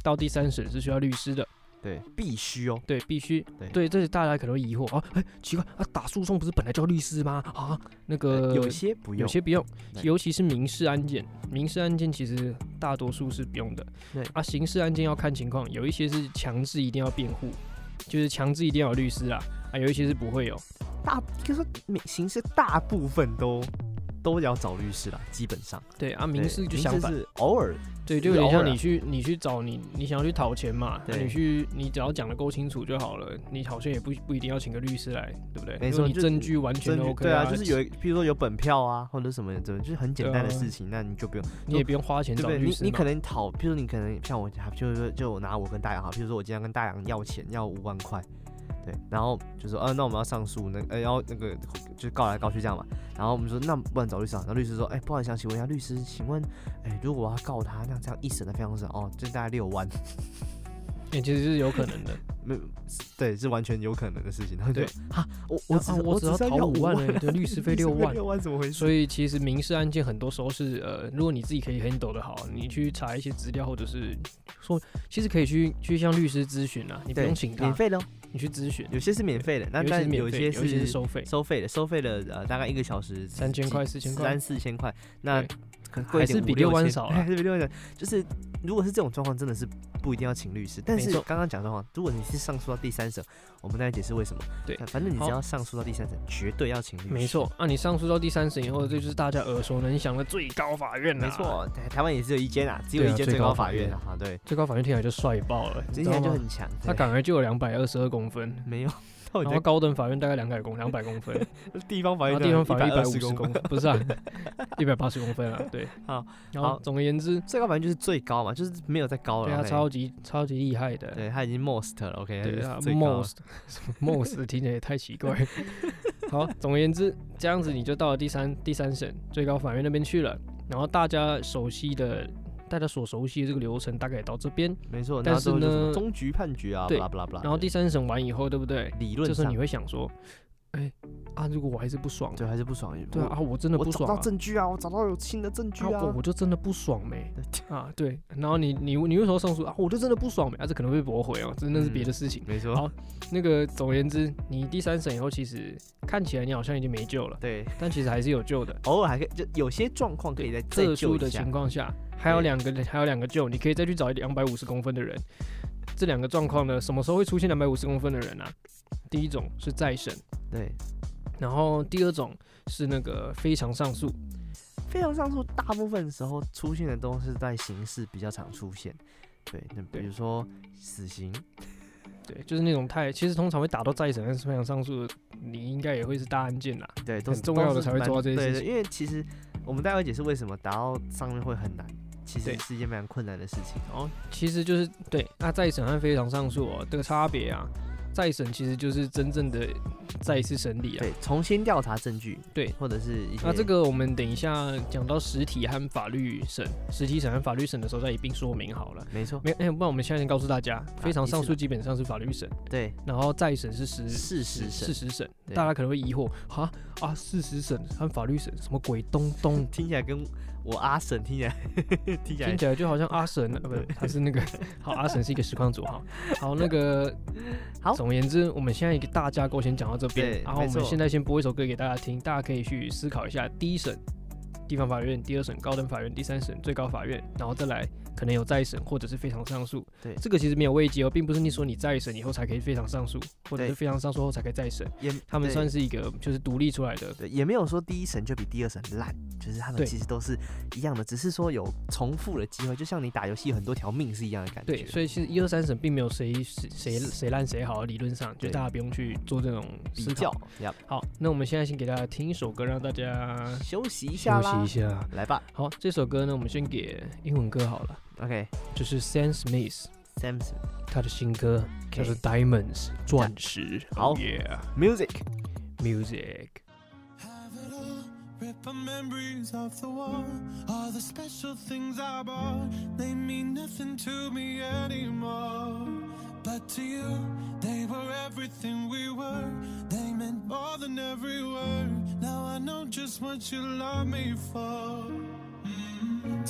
Speaker 1: 到第三审是需要律师的，
Speaker 2: 对，必须哦。
Speaker 1: 对，必须。
Speaker 2: 对
Speaker 1: 对，这里大家可能会疑惑啊，哎、奇怪啊，打诉讼不是本来就要律师吗？啊，那个
Speaker 2: 哎有些不用，
Speaker 1: 有些不用，
Speaker 2: 对
Speaker 1: 尤其是民事案件，民事案件其实大多数是不用的。
Speaker 2: 对
Speaker 1: 啊，刑事案件要看情况，有一些是强制一定要辩护，就是强制一定要有律师啊，啊，有一些是不会有。
Speaker 2: 大就说民刑事大部分都都要找律师啦，基本上
Speaker 1: 对啊，
Speaker 2: 对
Speaker 1: 民事就
Speaker 2: 民
Speaker 1: 相
Speaker 2: 事
Speaker 1: 反，
Speaker 2: 是偶尔
Speaker 1: 对，就有点
Speaker 2: 偶
Speaker 1: 像
Speaker 2: 尔啊
Speaker 1: 你去你去找你你想要去讨钱嘛，啊
Speaker 2: 对
Speaker 1: 你去你只要讲的够清楚就好了，你好像也不不一定要请个律师来，对不对？
Speaker 2: 没
Speaker 1: 如
Speaker 2: 错
Speaker 1: 果你
Speaker 2: 就
Speaker 1: 证据完全
Speaker 2: 真
Speaker 1: OK
Speaker 2: 对啊，就是有，一，比如说有本票啊，或者什么怎么，就是很简单的
Speaker 1: 对啊
Speaker 2: 事情，那你就不用，
Speaker 1: 你也不用花钱
Speaker 2: 对不
Speaker 1: 找
Speaker 2: 对？
Speaker 1: 律
Speaker 2: 你
Speaker 1: 师
Speaker 2: 你
Speaker 1: 嘛
Speaker 2: 可能讨，比如说你可能像我，就是说就拿我跟大洋好，比如说我今天跟大洋要钱，要五万块，对，然后就说，呃，那我们要上诉，那呃，然后那个就告来告去这样嘛，然后我们说，那不然找律师啊，那律师说，哎，不好意思，想请问一下律师，请问，哎，如果我要告他，那这样一审的费用是哦，这大概六万，
Speaker 1: 欸其实是有可能的。
Speaker 2: 没有，对，是完全有可能的事情。然后就
Speaker 1: 对
Speaker 2: 啊，我
Speaker 1: 我
Speaker 2: 我
Speaker 1: 只
Speaker 2: 只、
Speaker 1: 我只要
Speaker 2: 要
Speaker 1: 逃
Speaker 2: 要
Speaker 1: 五万
Speaker 2: 万啊
Speaker 1: 而已对律 师费六万
Speaker 2: 六万怎么回事？
Speaker 1: 所以其实民事案件很多时候是呃，如果你自己可以 handle 的好，你去查一些资料，或者是说，其实可以去去向律师咨询啊，你不
Speaker 2: 对
Speaker 1: 用请
Speaker 2: 免
Speaker 1: 他，
Speaker 2: 费的、哦，
Speaker 1: 你去咨询，
Speaker 2: 有些是免费的，那
Speaker 1: 有一些是
Speaker 2: 但有
Speaker 1: 免
Speaker 2: 一
Speaker 1: 费，
Speaker 2: 些
Speaker 1: 有一些是
Speaker 2: 是
Speaker 1: 收费，
Speaker 2: 收费的，收费的呃大概一个小时
Speaker 1: 三千
Speaker 2: 几
Speaker 1: 块、四千块
Speaker 2: 三，四千块，那
Speaker 1: 对
Speaker 2: 可能贵一
Speaker 1: 还
Speaker 2: 点
Speaker 1: 是比
Speaker 2: 五六
Speaker 1: 六万
Speaker 2: 千
Speaker 1: 少啊啦
Speaker 2: 还是比六万少。就是如果是这种状况，真的是不一定要请律师。但
Speaker 1: 没
Speaker 2: 是
Speaker 1: 错
Speaker 2: 刚刚讲的话，如果你是上诉到第三审，我们再来解释为什么。
Speaker 1: 对
Speaker 2: 反正你
Speaker 1: 好
Speaker 2: 只要上诉到第三审，绝对要请律师。
Speaker 1: 没错。啊那、你上诉到第三审以后，这就是大家耳熟能详的最高法院啊啦、
Speaker 2: 没，错，台台湾也是有一间啊，只有
Speaker 1: 对
Speaker 2: 一
Speaker 1: 啊
Speaker 2: 间
Speaker 1: 最
Speaker 2: 最
Speaker 1: 高
Speaker 2: 高
Speaker 1: 法
Speaker 2: 法院
Speaker 1: 院
Speaker 2: 啊，啊对，
Speaker 1: 最高法院听起来就帅爆了，你
Speaker 2: 听
Speaker 1: 知
Speaker 2: 起来
Speaker 1: 道
Speaker 2: 就
Speaker 1: 吗？
Speaker 2: 很哦强。
Speaker 1: 他
Speaker 2: 对
Speaker 1: 感觉就有两百二十二公分，
Speaker 2: 没有，到
Speaker 1: 然
Speaker 2: 底
Speaker 1: 后高等法院大概两百公两百公 分，
Speaker 2: 在地方法
Speaker 1: 然
Speaker 2: 院
Speaker 1: 后
Speaker 2: 都
Speaker 1: 地方法院一百五
Speaker 2: 120
Speaker 1: 十
Speaker 2: 公
Speaker 1: 公
Speaker 2: 分，
Speaker 1: 分，不是啊，一百八十公分啊，对。
Speaker 2: 好，
Speaker 1: 然后
Speaker 2: 好
Speaker 1: 总而言之，
Speaker 2: 最高法院就是最高嘛，就是没有再高了。
Speaker 1: 对他啊
Speaker 2: OK
Speaker 1: 超级超级厉害的，
Speaker 2: 对他已经 most 了，OK，
Speaker 1: 对
Speaker 2: 他
Speaker 1: 啊
Speaker 2: 就是最高了
Speaker 1: ，most 什么 most 听起来也太奇怪。好，总而言之，这样子你就到了第三第三审最高法院那边去了，然后大家熟悉的。大家所熟悉的这个流程大概也到这边，
Speaker 2: 没错。然
Speaker 1: 但
Speaker 2: 后
Speaker 1: 是
Speaker 2: 最后就什么
Speaker 1: 呢
Speaker 2: 终局判决啊，
Speaker 1: 对
Speaker 2: 巴拉巴拉巴拉。
Speaker 1: 然后第
Speaker 2: 对
Speaker 1: 三审完以后，对不对？
Speaker 2: 理论
Speaker 1: 这时候
Speaker 2: 上
Speaker 1: 你会想说，哎、啊，如果我还是不爽，
Speaker 2: 对还是不爽，
Speaker 1: 对啊，啊我真的
Speaker 2: 我
Speaker 1: 不
Speaker 2: 我找
Speaker 1: 爽、
Speaker 2: 到
Speaker 1: 啊，
Speaker 2: 证据啊，我找到有新的证据
Speaker 1: 啊
Speaker 2: 啊
Speaker 1: 我，我就真的不爽没
Speaker 2: 对
Speaker 1: 啊，对，然后你你你为什么上诉啊？我就真的不爽没啊，这可能会被驳回哦，真
Speaker 2: 嗯
Speaker 1: 的是别的事情。
Speaker 2: 没错，
Speaker 1: 好那个，总而言之，你第三审以后，其实看起来你好像已经没救了，
Speaker 2: 对，
Speaker 1: 但其实还是有救的。
Speaker 2: 偶尔还可以，就有些状况可以再
Speaker 1: 特
Speaker 2: 再
Speaker 1: 殊
Speaker 2: 救
Speaker 1: 的
Speaker 2: 一下
Speaker 1: 情。况下，还有
Speaker 2: 对
Speaker 1: 两个，还有两个救，你可以再去找两百五十公分的人。这两个状况呢，什么时候会出现两百五十公分的人啊？第一种是再审，
Speaker 2: 对，
Speaker 1: 然后第二种是那个非常上诉，
Speaker 2: 非常上诉大部分时候出现的都是在刑事比较常出现。对，那比
Speaker 1: 对
Speaker 2: 如说死刑，
Speaker 1: 对，就是那种太，其实通常会打到再审，但是非常上诉的，你应该也会是大案件啦。
Speaker 2: 对，都
Speaker 1: 很
Speaker 2: 是
Speaker 1: 重
Speaker 2: 都
Speaker 1: 要的
Speaker 2: 是
Speaker 1: 才会
Speaker 2: 蛮
Speaker 1: 做到这些
Speaker 2: 对
Speaker 1: 事
Speaker 2: 对因为其实我们待会解释为什么达到上面会很难，其实
Speaker 1: 对
Speaker 2: 是一件非常困难的事情。哦
Speaker 1: 然后其实就是对，那再审和非常上诉哦，这个差别啊，再审其实就是真正的再一次审理啊。
Speaker 2: 对，重新调查证据，
Speaker 1: 对
Speaker 2: 或者是一些
Speaker 1: 那这个我们等一下讲到实体和法律审、实体审和法律审的时候再一并说明好了。
Speaker 2: 没错，
Speaker 1: 没有，哎、不然我们现在先告诉大家，非常上
Speaker 2: 一次
Speaker 1: 诉基本上是法律审，
Speaker 2: 对，
Speaker 1: 然后再审是实
Speaker 2: 事实
Speaker 1: 事
Speaker 2: 审，
Speaker 1: 实审，
Speaker 2: 对
Speaker 1: 大家可能会疑惑，哈啊，事实审和法律审什么鬼东东？
Speaker 2: 听起来跟我阿婶听起来听起来
Speaker 1: 听起来就好像阿神，
Speaker 2: 哎
Speaker 1: 呃，不是，他是 那个，好，阿神是一个实况组，好，好，那个，
Speaker 2: 好
Speaker 1: 总而言之，我们现在一个大架构先讲到这边
Speaker 2: 对，
Speaker 1: 然后我
Speaker 2: 没
Speaker 1: 们
Speaker 2: 错
Speaker 1: 现在先播一首歌给大家听，大家可以去思考一下，第一审地方法院，第二审高等法院，第三审最高法院，然后再来可能有再审或者是非常上诉，
Speaker 2: 对
Speaker 1: 这个其实没有慰藉哦，并不是你说你再审以后才可以非常上诉，或者
Speaker 2: 对
Speaker 1: 是非常上诉后才可以再审，
Speaker 2: 也
Speaker 1: 他们
Speaker 2: 对
Speaker 1: 算是一个就是独立出来的，
Speaker 2: 对，也没有说第一审就比第二审烂，就是他们
Speaker 1: 对
Speaker 2: 其实都是一样的，只是说有重复的机会，就像你打游戏有很多条命是一样的感觉。
Speaker 1: 对，所以其实一二三审并没有谁谁谁谁烂谁好，理论上就
Speaker 2: 对
Speaker 1: 大家不用去做这种
Speaker 2: 比
Speaker 1: 思
Speaker 2: 较
Speaker 1: 考。，
Speaker 2: 要
Speaker 1: 好，那我们现在先给大家听一首歌，让大家
Speaker 2: 休息一下啦，
Speaker 1: 下。
Speaker 2: 来吧
Speaker 1: 好，这首歌呢，我们先给英文歌好了，
Speaker 2: ，OK，Sam
Speaker 1: 就是 Sam Smith
Speaker 2: 什
Speaker 1: 他的新歌叫做 Diamonds 钻石。
Speaker 2: 好
Speaker 1: y e a h
Speaker 2: music，
Speaker 1: music。
Speaker 3: Have it all, rip the memories off the wall. All the special things I bought, they mean nothing to me anymore. But to you, they were everything we were. They meant more than every word. Now I know just what you love me for. Mm.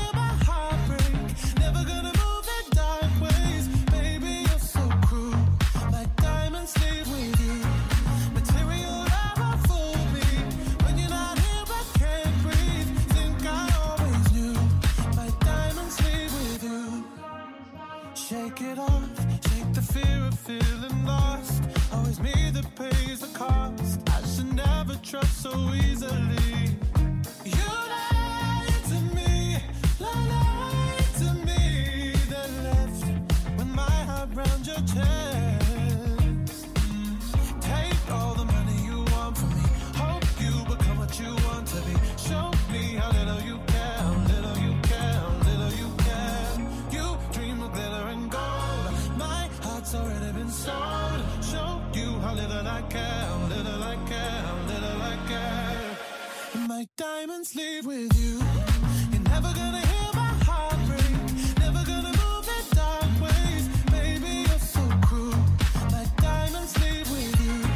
Speaker 3: trust so easily. You lied to me, lied to me, then left with my heart round your chest. Take all the money you want from me. Hope you become what you want to be. Show me how little you care, how little you care, how little you care. You dream of glitter and gold. My heart's already been sold. Show you how little I care, how little I care, how little I care. My diamonds leave with you. You're never gonna hear my heart break. Never gonna move it dark ways. Baby, you're so cruel. My diamonds leave with you.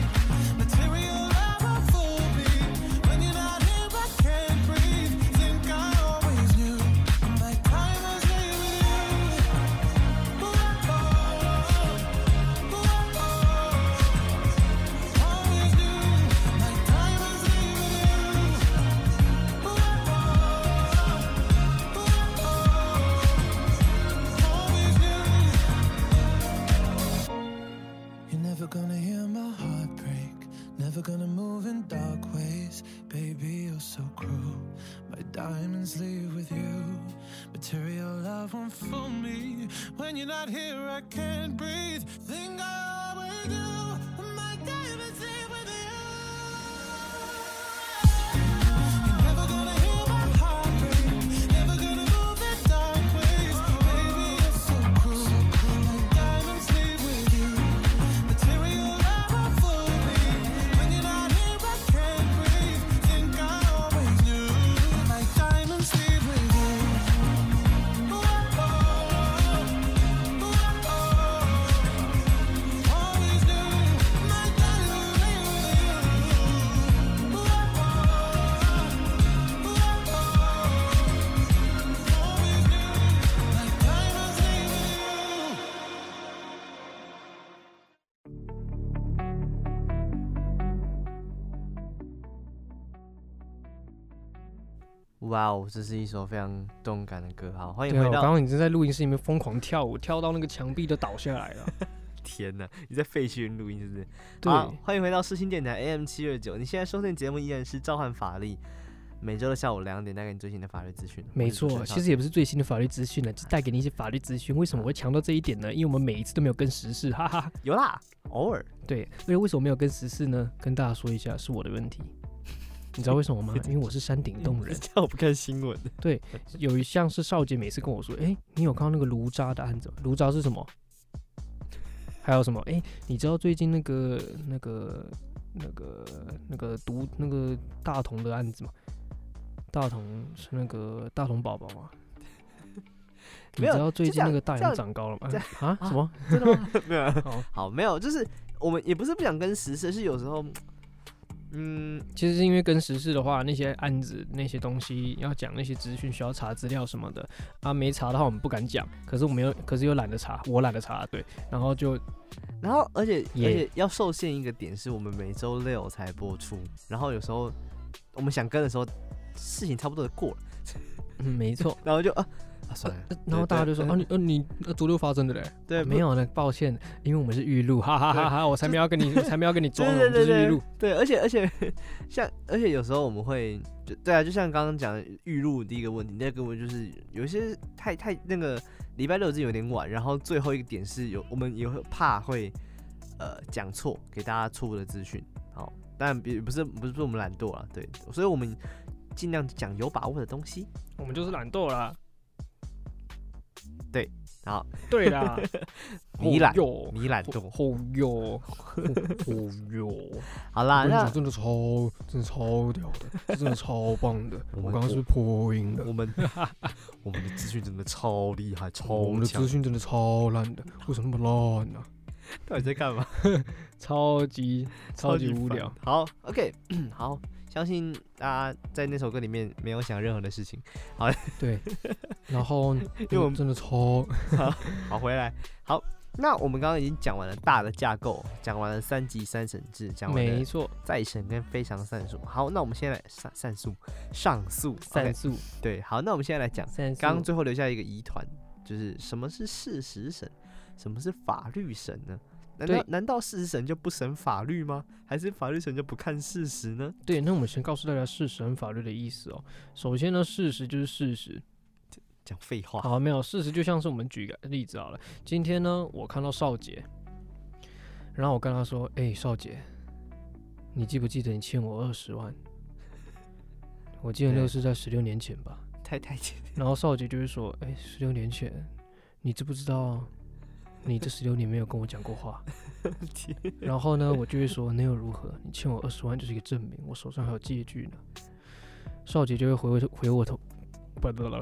Speaker 3: Material ever fool me. When you're not here, I can't breathe. Think I always knew. My diamonds leave with you. Ooh, oh, oh, oh. Always knew. My diamonds leave with you. Ooh, oh, oh, oh. Always knew. You're never gonna hear my heart break. Never gonna move in dark ways. Baby, you're so cruel. My diamonds leave with you. Material love won't fool me. When you're not here, I can't breathe. Think I always do. My diamonds leave with you. You're never gonna hear my heart break. Never gonna move in dark ways. Baby, you're so cruel. My diamonds leave with you. Material ever fool me. When you're not here, I can't breathe. Think I always knew. My diamonds leave with you. Ooh, oh, oh, ooh, oh, oh. Always knew. My diamonds leave with you. Ooh, oh, oh, ooh, oh, oh. Always knew. My diamonds leave with you.
Speaker 2: 哇哦，这是一首非常动感的歌，好，欢迎
Speaker 1: 对啊，
Speaker 2: 回
Speaker 1: 我
Speaker 2: 到。
Speaker 1: 刚刚已经在录音室里面疯狂跳舞，跳到那个墙壁都倒下来 了。
Speaker 2: 天呐，你在废墟录音是不是？
Speaker 1: 对，
Speaker 2: 好欢迎回到视新电台 AM 七二九，你现在收听的节目依然是召唤法力，每周的下午两点带给你最新的法律资讯。
Speaker 1: 没
Speaker 2: 我是主持
Speaker 1: 错，
Speaker 2: 人
Speaker 1: 其实也不是最新的法律资讯了，就带给你一些法律资讯。为什么我会强调这一点呢？因为我们每一次都没有跟时事，哈哈。
Speaker 2: 有啦，偶尔
Speaker 1: 对，所以为什么没有跟时事呢？跟大家说一下，是我的问题。你知道为什么 吗？因为我是山顶洞人。
Speaker 2: 叫我不看新闻。
Speaker 1: 有一项是少杰每次跟我说，哎、你有看到那个卢渣的案子吗？卢渣是什么？还有什么？哎、你知道最近那个那个那个那个毒那个大同的案子吗？大同是那个大同宝宝吗？你
Speaker 2: 没有
Speaker 1: 知道最
Speaker 2: 就这
Speaker 1: 近那
Speaker 2: 样
Speaker 1: 个大
Speaker 2: 这
Speaker 1: 洋
Speaker 2: 样
Speaker 1: 长高了吗
Speaker 2: 这？
Speaker 1: 啊？什么？
Speaker 2: 真的吗？没有啊，
Speaker 1: 哦，
Speaker 2: 好，没有，就是我们也不是不想跟时事，是有时候，嗯，
Speaker 1: 其实是因为跟时事的话，那些案子、那些东西要讲那些资讯，需要查资料什么的啊，没查的话我们不敢讲，可是我们又可是又懒得查，我懒得查，对，然后就
Speaker 2: 然后而且而
Speaker 1: 耶
Speaker 2: 且要受限一个点是我们每周六才播出，然后有时候我们想跟的时候，事情差不多过了，
Speaker 1: 嗯，没错。
Speaker 2: 然后就啊啊算了，
Speaker 1: 呃然后大家就说：“啊，你呃你呃昨天发生的嘞？”
Speaker 2: 对，
Speaker 1: 啊没有呢，抱歉，因为我们是预录，哈哈哈哈！我才没有跟你，我才没有跟你装，我
Speaker 2: 对
Speaker 1: 们
Speaker 2: 对
Speaker 1: 就是预
Speaker 2: 对对
Speaker 1: 录。
Speaker 2: 对，而且而且像而且有时候我们会就对啊，就像刚刚讲的预录第一个问题，第二个问题就是有一些太太那个礼拜六是有点晚，然后最后一个点是有我们也会怕会呃讲错，给大家错误的资讯。好，但也不是不是说我们懒惰啊，对，所以我们尽量讲有把握的东西。
Speaker 1: 我们就是懒惰啦。
Speaker 2: 对，好，
Speaker 1: 对啦，
Speaker 2: 你懒
Speaker 1: 哦哟，
Speaker 2: 你懒
Speaker 1: 哦
Speaker 2: 惰，
Speaker 1: 哦哟，哦哦 哟。
Speaker 2: 好啦，
Speaker 1: 我跟你
Speaker 2: 那。
Speaker 1: 讲，真的超，真的超屌的， 这真的超棒的
Speaker 2: 我们
Speaker 1: 我刚刚是不是破音的
Speaker 2: 我， 们我们的资讯真的超厉害，
Speaker 1: 我
Speaker 2: 超
Speaker 1: 们的
Speaker 2: 强
Speaker 1: 资，讯真的超烂的，为什么那么烂呢？啊
Speaker 2: 到底在干嘛？
Speaker 1: 超级超级无聊
Speaker 2: 烦。。好，OK，好， 相信大家在那首歌里面没有想任何的事情。
Speaker 1: 对，然后因
Speaker 2: 为我们
Speaker 1: 真的超
Speaker 2: 好，回来，好，那我们刚刚已经讲完了大的架构，讲完了三级三审制，讲完
Speaker 1: 没
Speaker 2: 了
Speaker 1: 错，
Speaker 2: 再审跟非常上诉。好，那我们现在来上上诉，上诉，
Speaker 1: 散
Speaker 2: OK，
Speaker 1: 速
Speaker 2: 对，好，那我们现在来讲，
Speaker 1: 散速，
Speaker 2: 刚刚最后留下一个疑团，就是什么是事实审，什么是法律审呢？难
Speaker 1: 对
Speaker 2: 道难道事实神就不审法律吗？还是法律神就不看事实呢？
Speaker 1: 对，那我们先告诉大家事实和法律的意思哦。首先呢，事实就是事实。
Speaker 2: 讲废话，
Speaker 1: 好，没有事实就像是我们举个例子好了。今天呢，我看到少杰，然后我跟他说：“哎、少杰，你记不记得你欠我二十万？我记得
Speaker 2: 对
Speaker 1: 那是在十六年前吧。”
Speaker 2: 太太简
Speaker 1: 然后少杰就会说：“哎、十六年前，你知不知道啊？你这十六年没有跟我讲过话。
Speaker 2: 洁。
Speaker 1: 然后呢，我就会说：“那又如何？你欠我二十万就是一个证明，我手上还有借据呢。”少杰就会回我头回我头，不不不，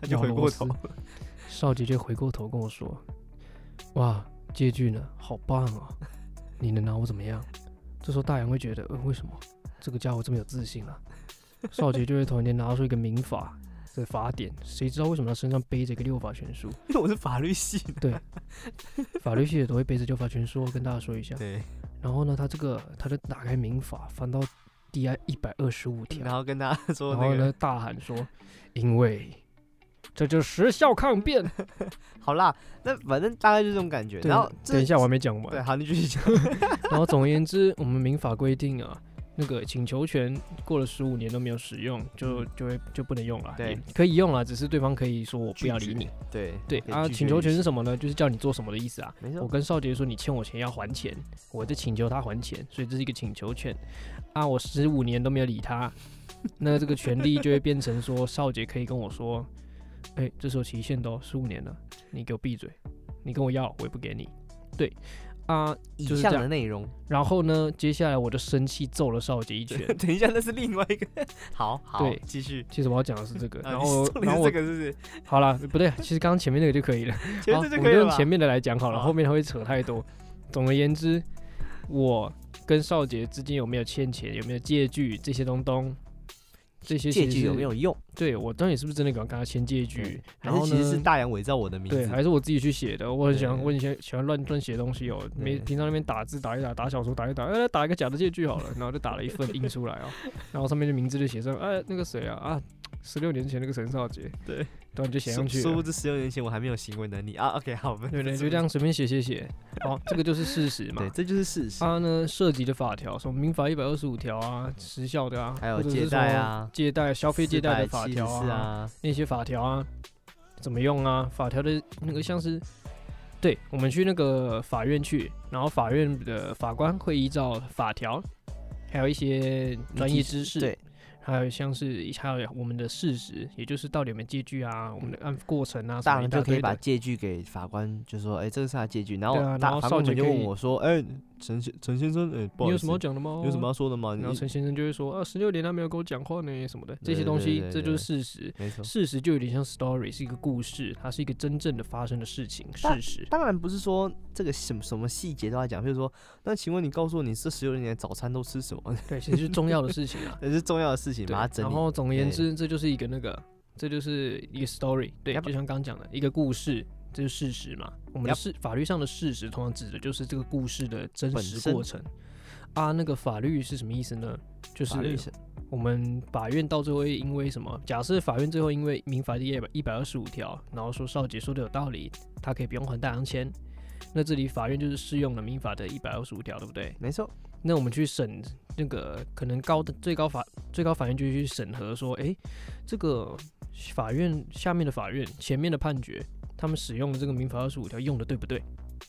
Speaker 2: 他就回过头
Speaker 1: 咬螺丝。少杰就回过头跟我说：“哇，借据呢？好棒啊！你能拿我怎么样？”这时候大洋会觉得：“呃，为什么这个家伙这么有自信啊？”少杰就会突然间拿出一个民法的法典，谁知道为什么他身上背着一个六法全书？
Speaker 2: 因为我是法律系的。
Speaker 1: 法律系的都会背着六法全书哦，跟大家说一 下。
Speaker 2: 对，
Speaker 1: 然后呢，他这个他就打开民法，翻到第一百二十五条
Speaker 2: 嗯然，后跟大家说
Speaker 1: 然
Speaker 2: 那
Speaker 1: 后
Speaker 2: 个
Speaker 1: 呢大喊说：“因为这就是时效抗辩。”
Speaker 2: 好啦，那反正大概就这种感觉。
Speaker 1: 对
Speaker 2: 然后这
Speaker 1: 等一下，我还没讲
Speaker 2: 对，
Speaker 1: 完。
Speaker 2: 好，你继续讲。
Speaker 1: 然后总而言之，我们民法规定啊，那个请求权过了十五年都没有使用，就就会就不能用了。
Speaker 2: 嗯对
Speaker 1: 也可以用了，只是对方可以说我不要理你。
Speaker 2: 对
Speaker 1: 对
Speaker 2: 可以
Speaker 1: 啊，
Speaker 2: 拒
Speaker 1: 请
Speaker 2: 绝
Speaker 1: 求
Speaker 2: 律
Speaker 1: 权
Speaker 2: 师
Speaker 1: 是什么呢？就是叫你做什么的意思啊。
Speaker 2: 没
Speaker 1: 我
Speaker 2: 错，
Speaker 1: 跟少杰说你欠我钱要还钱，我在请求他还钱，所以这是一个请求权。啊，我十五年都没有理他，那这个权利就会变成说少杰可以跟我说，哎、这是有期限的哦，十五年了，你给我闭嘴，你跟我要我也不给你。对啊，
Speaker 2: 以
Speaker 1: 就是
Speaker 2: 上
Speaker 1: 这样
Speaker 2: 的内容。。
Speaker 1: 然后呢，接下来我就生气揍了少杰一拳
Speaker 2: 等一下，那是另外一个。好好
Speaker 1: 对，
Speaker 2: 继续。
Speaker 1: 其实我要讲的是这个，
Speaker 2: 啊
Speaker 1: 然
Speaker 2: 你
Speaker 1: 后
Speaker 2: 重
Speaker 1: 然
Speaker 2: 点
Speaker 1: 后
Speaker 2: 是
Speaker 1: 我
Speaker 2: 这个是不是？
Speaker 1: 好啦，不对，其实刚刚前面那个就可以了。
Speaker 2: 其实
Speaker 1: 好
Speaker 2: 这就
Speaker 1: 我
Speaker 2: 可以
Speaker 1: 就
Speaker 2: 了
Speaker 1: 用
Speaker 2: 吧。
Speaker 1: 前面的来讲好了，
Speaker 2: 好
Speaker 1: 后面他会扯 太多。总而言之，我跟少杰之间有没有欠钱，有没有借据这些东东，这些
Speaker 2: 借
Speaker 1: 其实
Speaker 2: 据有
Speaker 1: 是
Speaker 2: 没有？用？
Speaker 1: 对我到底是不是真的敢跟他签借据
Speaker 2: 对？还
Speaker 1: 然
Speaker 2: 是
Speaker 1: 后
Speaker 2: 其实是
Speaker 1: 呢？
Speaker 2: 大洋伪造我的名
Speaker 1: 对，
Speaker 2: 字？
Speaker 1: 还是我自己去写的。我很喜欢，
Speaker 2: 对嗯
Speaker 1: 我很喜欢喜欢乱乱写东西哦。没
Speaker 2: 对
Speaker 1: 平常那边打字打一打，打小说打一打，哎，打一个假的借据好 了，然后就打了一份印出来哦，然后上面的名字就写上，哎，那个谁啊啊，十六年前那个沈少杰，
Speaker 2: 对，
Speaker 1: 然后你就写
Speaker 2: 殊
Speaker 1: 上去了。
Speaker 2: 殊不知十六年前我还没有行为能力啊。OK，好，我们
Speaker 1: 对对，
Speaker 2: 这
Speaker 1: 就这。样随便写写写，哦，这个就是事实嘛啊
Speaker 2: 对，。这就是事实。
Speaker 1: 它呢涉及的法条，什么民法一百二十五条啊，时效的啊，
Speaker 2: 还有
Speaker 1: 或者是
Speaker 2: 借贷
Speaker 1: 说
Speaker 2: 啊
Speaker 1: 借贷、消费借贷的法条
Speaker 2: 474
Speaker 1: 啊，
Speaker 2: 啊，
Speaker 1: 那些法条啊，怎么用啊？法条的那个像是，对我们去那个法院去，然后法院的法官会依照法条，还有一些专业知识，
Speaker 2: 对，
Speaker 1: 还有像是还有我们的事实，也就是到底有没有借据啊，我们的按过程啊，
Speaker 2: 嗯
Speaker 1: 什
Speaker 2: 大
Speaker 1: 么一
Speaker 2: 人
Speaker 1: 大
Speaker 2: 就可
Speaker 1: 堆
Speaker 2: 以把
Speaker 1: 的。
Speaker 2: 借据给法官，就说：“哎、这个是他的借据。”然
Speaker 1: 对啊
Speaker 2: 后
Speaker 1: 然
Speaker 2: 大
Speaker 1: 后
Speaker 2: 法
Speaker 1: 少
Speaker 2: 官可能
Speaker 1: 姐
Speaker 2: 就
Speaker 1: 可
Speaker 2: 问
Speaker 1: 以
Speaker 2: 我说：“哎、陈先陈先生，哎、不好
Speaker 1: 你有
Speaker 2: 意
Speaker 1: 什
Speaker 2: 思，
Speaker 1: 么要讲的吗？
Speaker 2: 你有什么要说的吗？”
Speaker 1: 然后
Speaker 2: 你
Speaker 1: 陈先生就会说啊，十六年他没有跟我讲话呢，什么的，这
Speaker 2: 对
Speaker 1: 些东
Speaker 2: 对
Speaker 1: 西
Speaker 2: 对
Speaker 1: 这就
Speaker 2: 对
Speaker 1: 是事实。
Speaker 2: 没错，
Speaker 1: 事实就有点像 story，是一个故事，它是一个真正的发生的事情，
Speaker 2: 但
Speaker 1: 事实。
Speaker 2: 当然不是说这个什么什么细节都在讲，就是说，那请问你告诉我，你这十六年的早餐都吃什么？。
Speaker 1: 对，其实是重要的事情啊
Speaker 2: 这是重要的事情，
Speaker 1: 对
Speaker 2: 把它，整
Speaker 1: 然
Speaker 2: 理。
Speaker 1: 后总而言
Speaker 2: 对
Speaker 1: 之，这就是一个那个，这就是一个 story，对，
Speaker 2: Yep
Speaker 1: 就像刚刚讲的一个故事，这是事实嘛。我们的
Speaker 2: Yep
Speaker 1: 事法律上的事实，通常指的就是这个故事的真
Speaker 2: 本
Speaker 1: 实
Speaker 2: 身
Speaker 1: 过程。啊，那个法律是什么意思呢？就
Speaker 2: 法律
Speaker 1: 是
Speaker 2: 是
Speaker 1: 我们法院到最后会因为什么？假设法院最后因为民法第一百一百二十五条，然后说少杰说的有道理，他可以不用还大洋钱。那这里法院就是适用了民法的一百二十五条，对不对？
Speaker 2: 没错，
Speaker 1: 那我们去审那个可能高的最高法最高法院就去审核说，诶，这个法院下面的法院前面的判决，他们使用的这个民法二十五条用的对不对？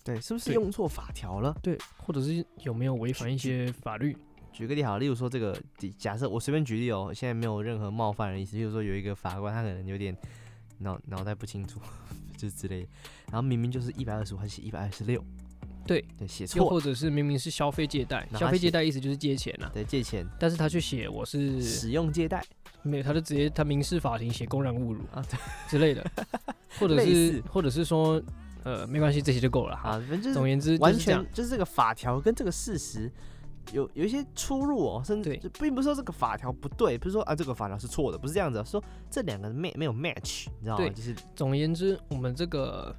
Speaker 2: 对，是不是
Speaker 1: 对
Speaker 2: 用错法条了？
Speaker 1: 对，或者是有没有违反一些法律？
Speaker 2: 举个例好了，例如说这个，假设我随便举例哦，现在没有任何冒犯的意思。例如说有一个法官，他可能有点脑脑袋不清楚， 就之类的，然后明明就是一百二十五，他写一百二十六，
Speaker 1: 对
Speaker 2: 对，写
Speaker 1: 又
Speaker 2: 错
Speaker 1: 或
Speaker 2: 了，
Speaker 1: 者是明明是消费借贷，
Speaker 2: 那他
Speaker 1: 消费借
Speaker 2: 写
Speaker 1: 贷意思就是借钱啊，
Speaker 2: 对，借钱、
Speaker 1: 但是他去写我是
Speaker 2: 使用、借贷
Speaker 1: 没有，他就直接他民事法庭写公然侮辱
Speaker 2: 啊，对
Speaker 1: 之类 的，或者
Speaker 2: 类
Speaker 1: 是
Speaker 2: 似
Speaker 1: 或者是说呃没关系，这些就够了哈。
Speaker 2: 啊，反正就是
Speaker 1: 总而言之，
Speaker 2: 完
Speaker 1: 就是这样
Speaker 2: 全就是这个法条跟这个事实有有一些出入哦，甚至
Speaker 1: 对
Speaker 2: 就并不是说这个法条不对，不是说啊这个法条是错的，不是这样子啊，是说这两个没没有 match，你知道吗
Speaker 1: 对？
Speaker 2: 就是
Speaker 1: 总而言之，我们这个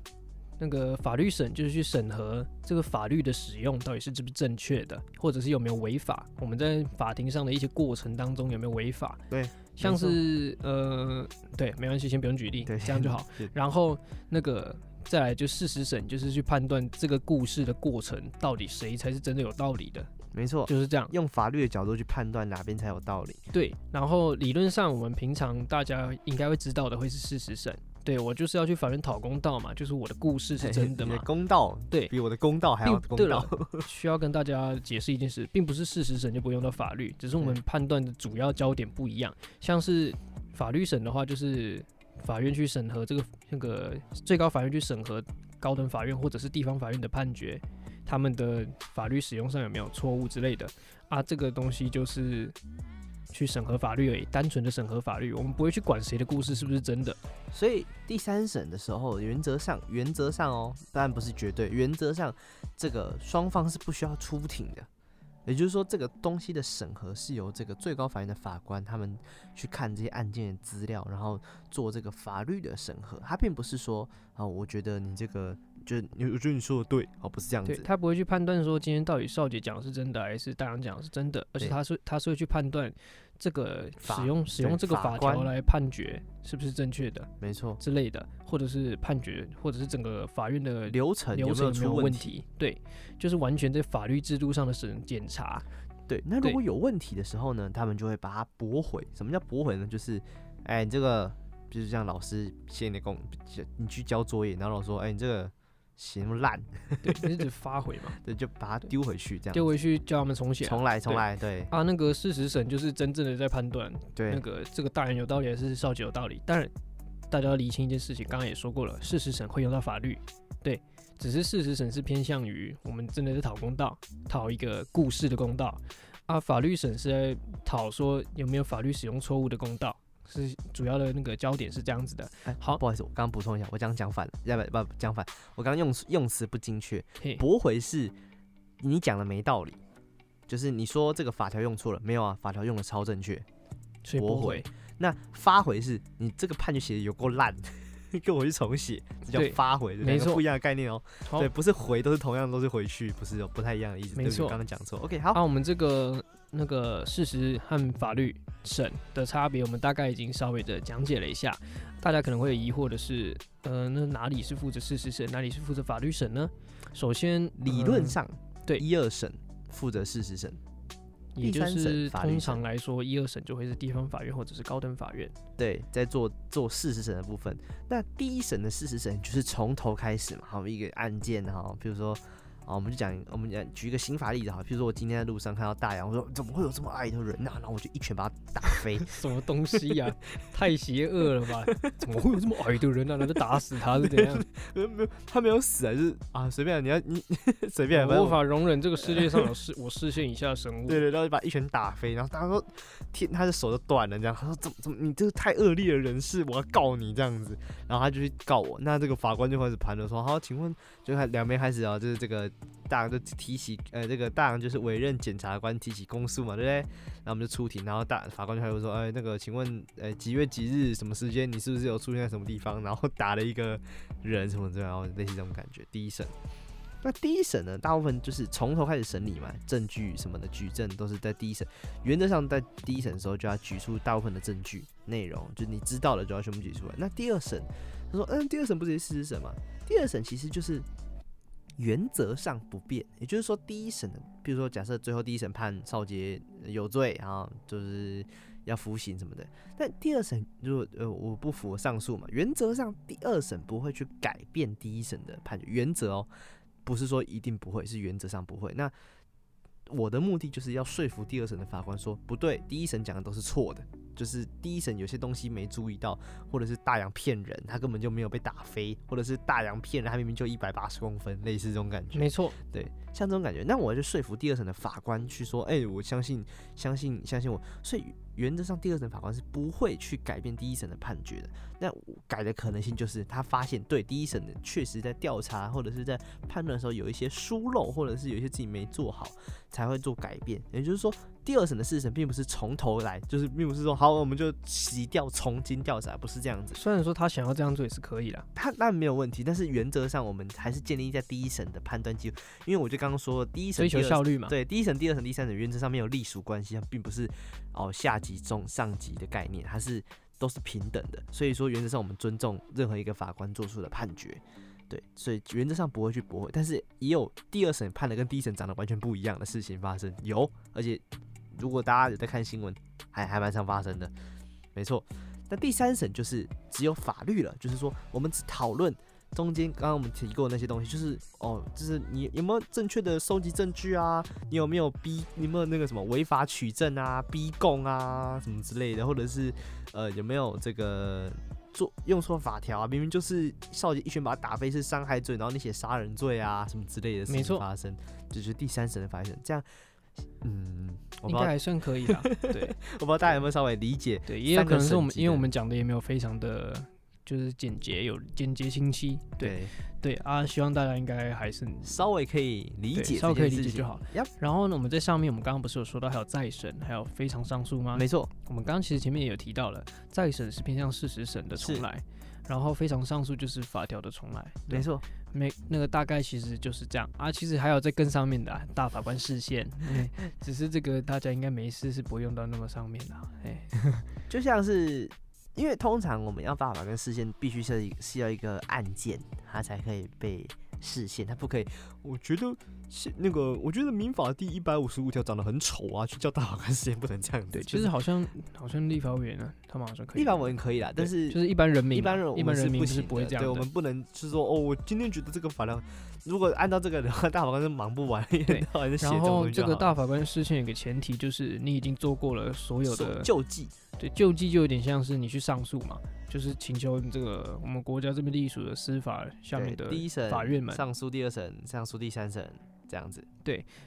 Speaker 1: 那个法律审就是去审核这个法律的使用到底是不是正确的，或者是有没有违法。我们在法庭上的一些过程当中有没有违法？
Speaker 2: 对，
Speaker 1: 像
Speaker 2: 没错
Speaker 1: 是呃，对，没关系，先不用举例，
Speaker 2: 对
Speaker 1: 这样就好。
Speaker 2: 对
Speaker 1: 然后那个再来就事实审，就是去判断这个故事的过程到底谁才是真的有道理的，
Speaker 2: 没错，
Speaker 1: 就是这样。
Speaker 2: 用法律的角度去判断哪边才有道理。
Speaker 1: 对，然后理论上我们平常大家应该会知道的会是事实审。对我就是要去法院讨公道嘛，就是我的故事是真的
Speaker 2: 你
Speaker 1: 嘛。
Speaker 2: 公道
Speaker 1: 对
Speaker 2: 比我的公道还要
Speaker 1: 并
Speaker 2: 公
Speaker 1: 对
Speaker 2: 道
Speaker 1: 了。，需要跟大家解释一件事，并不是事实审就不用到法律，只是我们
Speaker 2: 对
Speaker 1: 判断的主要焦点不一样。像是法律审的话，就是法院去审核这个那个最高法院去审核高等法院或者是地方法院的判决，他们的法律使用上有没有错误之类的啊，这个东西就是。去审核法律而已，单纯的审核法律，我们不会去管谁的故事是不是真的。
Speaker 2: 所以第三审的时候，原则上原则上哦，当然不是绝对，原则上这个双方是不需要出庭的。也就是说，这个东西的审核是由这个最高法院的法官他们去看这些案件的资料，然后做这个法律的审核。他并不是说啊、我觉得你这个，就是你，我觉得你说的对，哦，不是这样
Speaker 1: 对
Speaker 2: 子。
Speaker 1: 他不会去判断说今天到底少姐讲的是真的还是大洋讲的是真的，而且
Speaker 2: 对
Speaker 1: 他是他是会去判断这个
Speaker 2: 法
Speaker 1: 使用使
Speaker 2: 对
Speaker 1: 用这个
Speaker 2: 法
Speaker 1: 法
Speaker 2: 官
Speaker 1: 条来判决是不是正确的
Speaker 2: 没错，
Speaker 1: 之类的，或者是判决或者是整个法院的
Speaker 2: 流程有
Speaker 1: 流
Speaker 2: 没
Speaker 1: 程
Speaker 2: 有
Speaker 1: 有没有
Speaker 2: 出问
Speaker 1: 问
Speaker 2: 题？
Speaker 1: 题？对，就是完全在法律制度上的审 检查。
Speaker 2: 对，那如
Speaker 1: 对
Speaker 2: 果有问题的时候呢，他们就会把它驳回。什么叫驳回呢？就是，哎，你这个就是像老师写你的功，你去交作业，然后老师说，哎，你这个写那么烂，
Speaker 1: 对，你是指发回嘛？
Speaker 2: 对，就把它丢回去，这样
Speaker 1: 丢回去叫他们重写啊，
Speaker 2: 重来，重
Speaker 1: 对
Speaker 2: 来，对
Speaker 1: 啊。那个事实审就是真正的在判断那
Speaker 2: 对
Speaker 1: 个这个大人有道理还是少姐有道理？当然，大家要厘清一件事情，刚刚也说过了，事实审会用到法律，对，只是事实审是偏向于我们真的是讨公道，讨一个故事的公道，啊，法律审是在讨说有没有法律使用错误的公道，是主要的那个焦点是这样子的。
Speaker 2: 哎
Speaker 1: 好
Speaker 2: 不，好意思，我刚刚补充一下，我刚刚讲反了，要不不讲反，我刚刚用词用词不精确，
Speaker 1: 嘿，
Speaker 2: 驳回是你讲的没道理。就是你说这个法条用错了，没有啊？法条用的超正确。
Speaker 1: 所以
Speaker 2: 驳
Speaker 1: 驳回
Speaker 2: 回，那发回是你这个判决写的有够烂， 跟我去重写，这
Speaker 1: 对
Speaker 2: 叫发回，这
Speaker 1: 没
Speaker 2: 两个
Speaker 1: 错
Speaker 2: 不一样的概念哦。
Speaker 1: 好
Speaker 2: 对，，不是回都是同样都是回去，不是有不太一样的意思。对
Speaker 1: 没
Speaker 2: 不起
Speaker 1: 错
Speaker 2: 我刚刚讲错。OK，好，
Speaker 1: 啊，我们这个那个事实和法律审的差别，我们大概已经稍微的讲解了一下。大家可能会有疑惑的是，呃，那哪里是负责事实审，哪里是负责法律审呢？首先，
Speaker 2: 理论
Speaker 1: 呃
Speaker 2: 上
Speaker 1: 对
Speaker 2: 一二审负责事实审，
Speaker 1: 也
Speaker 2: 第
Speaker 1: 就
Speaker 2: 三审
Speaker 1: 是
Speaker 2: 法律审
Speaker 1: 通常来说，一二审就会是地方法院或者是高等法院。
Speaker 2: 对，在做做事实审的部分。那第一审的事实审就是从头开始嘛，好，一个案件哈，比如说。啊，我们就讲，我们讲举一个刑法例子哈，比如说我今天在路上看到大洋，我说怎么会有这么矮的人呐、然后我就一拳把他打飞，
Speaker 1: 什么东西呀、太邪恶了吧？怎么会有这么矮的人呢、啊？那就打死他是 怎样？
Speaker 2: 没有没有，他没有死啊，就是啊，随便啊、你要你 随便啊、反
Speaker 1: 我
Speaker 2: 正
Speaker 1: 无
Speaker 2: 我
Speaker 1: 法容忍这个世界上有视我视线以下的生物。
Speaker 2: 对对，然后就把一拳打飞，然后他说天，他的手都断了，这样他说怎么怎么你这个太恶劣的人士，我要告你这样子，然后他就去告我，那这个法官就开始盘了说，好，请问就开两边开始啊，就是这个大洋就提起呃这个大洋就是委任检察官提起公诉嘛，对不对？然后我们就出庭，然后大法官就开始说，哎那个请问呃几月几日什么时间你是不是有出现在什么地方，然后打了一个人什么之类的，然后 类似这种感觉，第一审。那第一审呢，大部分就是从头开始审理嘛，证据什么的举证都是在第一审。原则上在第一审的时候就要举出大部分的证据内容，就是你知道了就要全部举出来。那第二审，他说，嗯，第二审不是也是事实审嘛？第二审其实就是原则上不变，也就是说第一审的，比如说假设最后第一审判少杰有罪啊，然后就是要服刑什么的，但第二审如果呃我不服我上诉嘛，原则上第二审不会去改变第一审的判决，原则哦。不是说一定不会，是原则上不会。那我的目的就是要说服第二审的法官说，不对，第一审讲的都是错的，就是第一审有些东西没注意到，或者是大洋骗人，他根本就没有被打飞，或者是大洋骗人，他明明就一百八十公分，类似这种感觉。
Speaker 1: 没错，
Speaker 2: 对，像这种感觉，那我就说服第二审的法官去说，哎、我相信，相信，相信我。所以原则上，第二审法官是不会去改变第一审的判决的。那我改的可能性就是他发现对第一审的确实在调查或者是在判断的时候有一些疏漏，或者是有一些自己没做好，才会做改变。也就是说，第二审的事审并不是从头来，就是并不是说好我们就洗掉重新调查，不是这样子。
Speaker 1: 虽然说他想要这样做也是可以啦，
Speaker 2: 他那没有问题，但是原则上我们还是建立在第一审的判断基础，因为我就刚刚说第一审
Speaker 1: 追求
Speaker 2: 第二
Speaker 1: 效率嘛。
Speaker 2: 对，第一审、第二审、第三审原则上面有隶属关系，它并不是哦下级中上级的概念，它是都是平等的。所以说原则上我们尊重任何一个法官做出的判决。对，所以原则上不会去驳回，但是也有第二审判的跟第一审长得完全不一样的事情发生，有，而且如果大家有在看新闻，还还蛮常发生的，没错。那第三审就是只有法律了，就是说我们只讨论中间刚刚我们提过的那些东西，就是哦，就是你有没有正确的收集证据啊？你有没有逼？你有没有那个什么违法取证啊、逼供啊什么之类的，或者是呃有没有这个做用错法条啊？明明就是少杰一拳把他打飞是伤害罪，然后你写杀人罪啊什么之类的事
Speaker 1: 没
Speaker 2: 情
Speaker 1: 错
Speaker 2: 发生，这就是第三审的发生。这样，嗯，我不
Speaker 1: 应
Speaker 2: 知
Speaker 1: 该
Speaker 2: 道
Speaker 1: 还算可以啦。 对
Speaker 2: 我不知道大家有没有稍微理解
Speaker 1: 对，也有
Speaker 2: 三
Speaker 1: 可
Speaker 2: 个
Speaker 1: 能是
Speaker 2: 省
Speaker 1: 我们，
Speaker 2: 级
Speaker 1: 因为
Speaker 2: 的
Speaker 1: 我们讲的也没有非常的，就是简洁，有简洁清晰。对
Speaker 2: 对
Speaker 1: 对啊，希望大家应该还是
Speaker 2: 稍微可以理
Speaker 1: 对
Speaker 2: 解，
Speaker 1: 稍微可以理解就好。
Speaker 2: 呀，
Speaker 1: 然后呢，我们在上面，我们刚刚不是有说到还有再审，还有非常上诉吗？
Speaker 2: 没错，
Speaker 1: 我们刚刚其实前面也有提到了，再审是偏向事实审的重
Speaker 2: 是
Speaker 1: 来，然后非常上诉就是法条的重来。对
Speaker 2: 没错，
Speaker 1: 没那个大概其实就是这样啊。其实还有在更上面的、啊、大法官视线，哎只是这个大家应该没事是不会用到那么上面的、啊。哎，
Speaker 2: 就像是因为通常我们要办法跟视线必须是一是要一个案件，它才可以被视线，它不可以。我觉得是那个，我觉得民法第一百五十五条长得很丑啊，去叫大法官视线不能这样子。
Speaker 1: 对，
Speaker 2: 就
Speaker 1: 就是好像好像立法委员啊，他们好像可以
Speaker 2: 立
Speaker 1: 吧，
Speaker 2: 法委员可以啦，但
Speaker 1: 对
Speaker 2: 是
Speaker 1: 就是一般人民啊，
Speaker 2: 一般人
Speaker 1: 一般人
Speaker 2: 我
Speaker 1: 民
Speaker 2: 们
Speaker 1: 是
Speaker 2: 是
Speaker 1: 不会
Speaker 2: 行的
Speaker 1: 这样
Speaker 2: 对
Speaker 1: 的。
Speaker 2: 我们不能是说哦，我今天觉得这个法条，如果按照这个的话，大法官是忙不完，一 天到晚在写
Speaker 1: 然
Speaker 2: 这种东
Speaker 1: 后
Speaker 2: 西
Speaker 1: 这
Speaker 2: 就
Speaker 1: 个
Speaker 2: 好
Speaker 1: 大法官视线有个前提就是你已经做过了所有
Speaker 2: 手
Speaker 1: 的
Speaker 2: 救济，
Speaker 1: 对救济，就有点像是你去上诉嘛，就是请求这个我们国家这边隶属的司法下面
Speaker 2: 对，
Speaker 1: 的
Speaker 2: 第一审
Speaker 1: 法院们
Speaker 2: 上诉第二审、上诉第三审这 样子，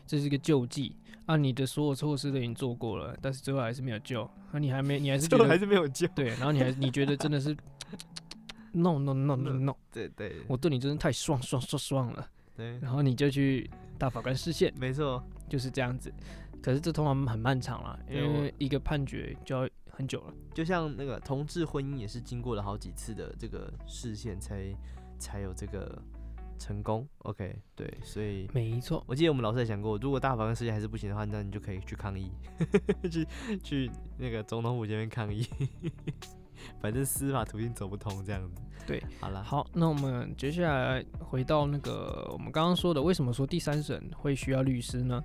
Speaker 1: 这是一个救济啊，你的所有措施都已经做过了，但是最后还是没有救，那、你还没，你还是觉
Speaker 2: 最后还
Speaker 1: 得
Speaker 2: 是没有救。
Speaker 1: 对，然后你还你觉得真的是 no no no no no，
Speaker 2: 对对，
Speaker 1: 我对你真的太爽爽爽爽了，
Speaker 2: 对，
Speaker 1: 然后你就去大法官视线，
Speaker 2: 没错，
Speaker 1: 就是这样子。可是这通常很漫长啦，因
Speaker 2: 对我
Speaker 1: 为一个判决就要很久了。
Speaker 2: 就像那个同志婚姻也是经过了好几次的这个视线才才有这个成功。OK，对，所以。
Speaker 1: 没错，
Speaker 2: 我记得我们老师也讲过，如果大法官视线还是不行的话，那你就可以去抗议， 去去那个总统府这边抗议。 反正司法途径走不通，这样子。
Speaker 1: 对，
Speaker 2: 好啦，
Speaker 1: 好，那我们接下来回到那个我们刚刚说的，为什么说第三审会需要律师呢？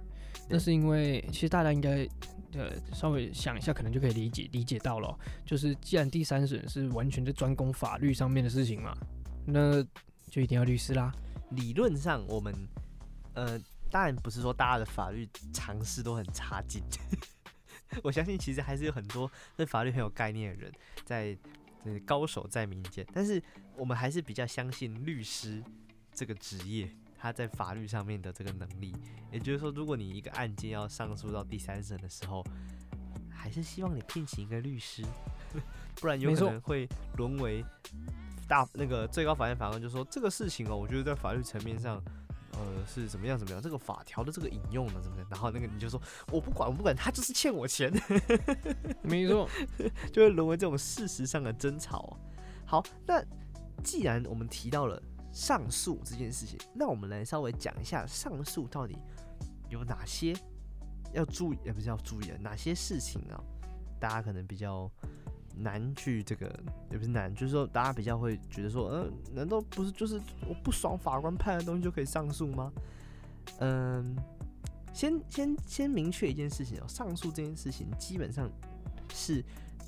Speaker 1: 那
Speaker 2: 对
Speaker 1: 是因为其实大家应该呃稍微想一下，可能就可以理解理解到了哦。就是既然第三审是完全在专攻法律上面的事情嘛，那就一定要律师啦。
Speaker 2: 理论上我们呃，当然不是说大家的法律常识都很差劲， 我相信其实还是有很多对法律很有概念的人在，呃高手在民间，但是我们还是比较相信律师这个职业。他在法律上面的这个能力，也就是说，如果你一个案件要上诉到第三审的时候，还是希望你聘请一个律师，不然有
Speaker 1: 没
Speaker 2: 可
Speaker 1: 错
Speaker 2: 能会沦为大那个最高法院法官就说这个事情哦，我觉得在法律层面上，呃是怎么样怎么样，这个法条的这个引用呢怎么样，然后那个你就说我不管我不管，他就是欠我钱，
Speaker 1: 没错，
Speaker 2: 就会沦为这种事实上的争吵。哦好，那既然我们提到了上诉这件事情，那我们来稍微讲一下上诉到底有哪些要注意，呃，不是要注意啊，哪些事情啊，大家可能比较难去这个，也不是难，就是说大家比较会觉得说，嗯、难道不是就是我不爽法官判的东西就可以上诉吗？嗯。先先先明确一件事情哦，上诉这件事情基本上是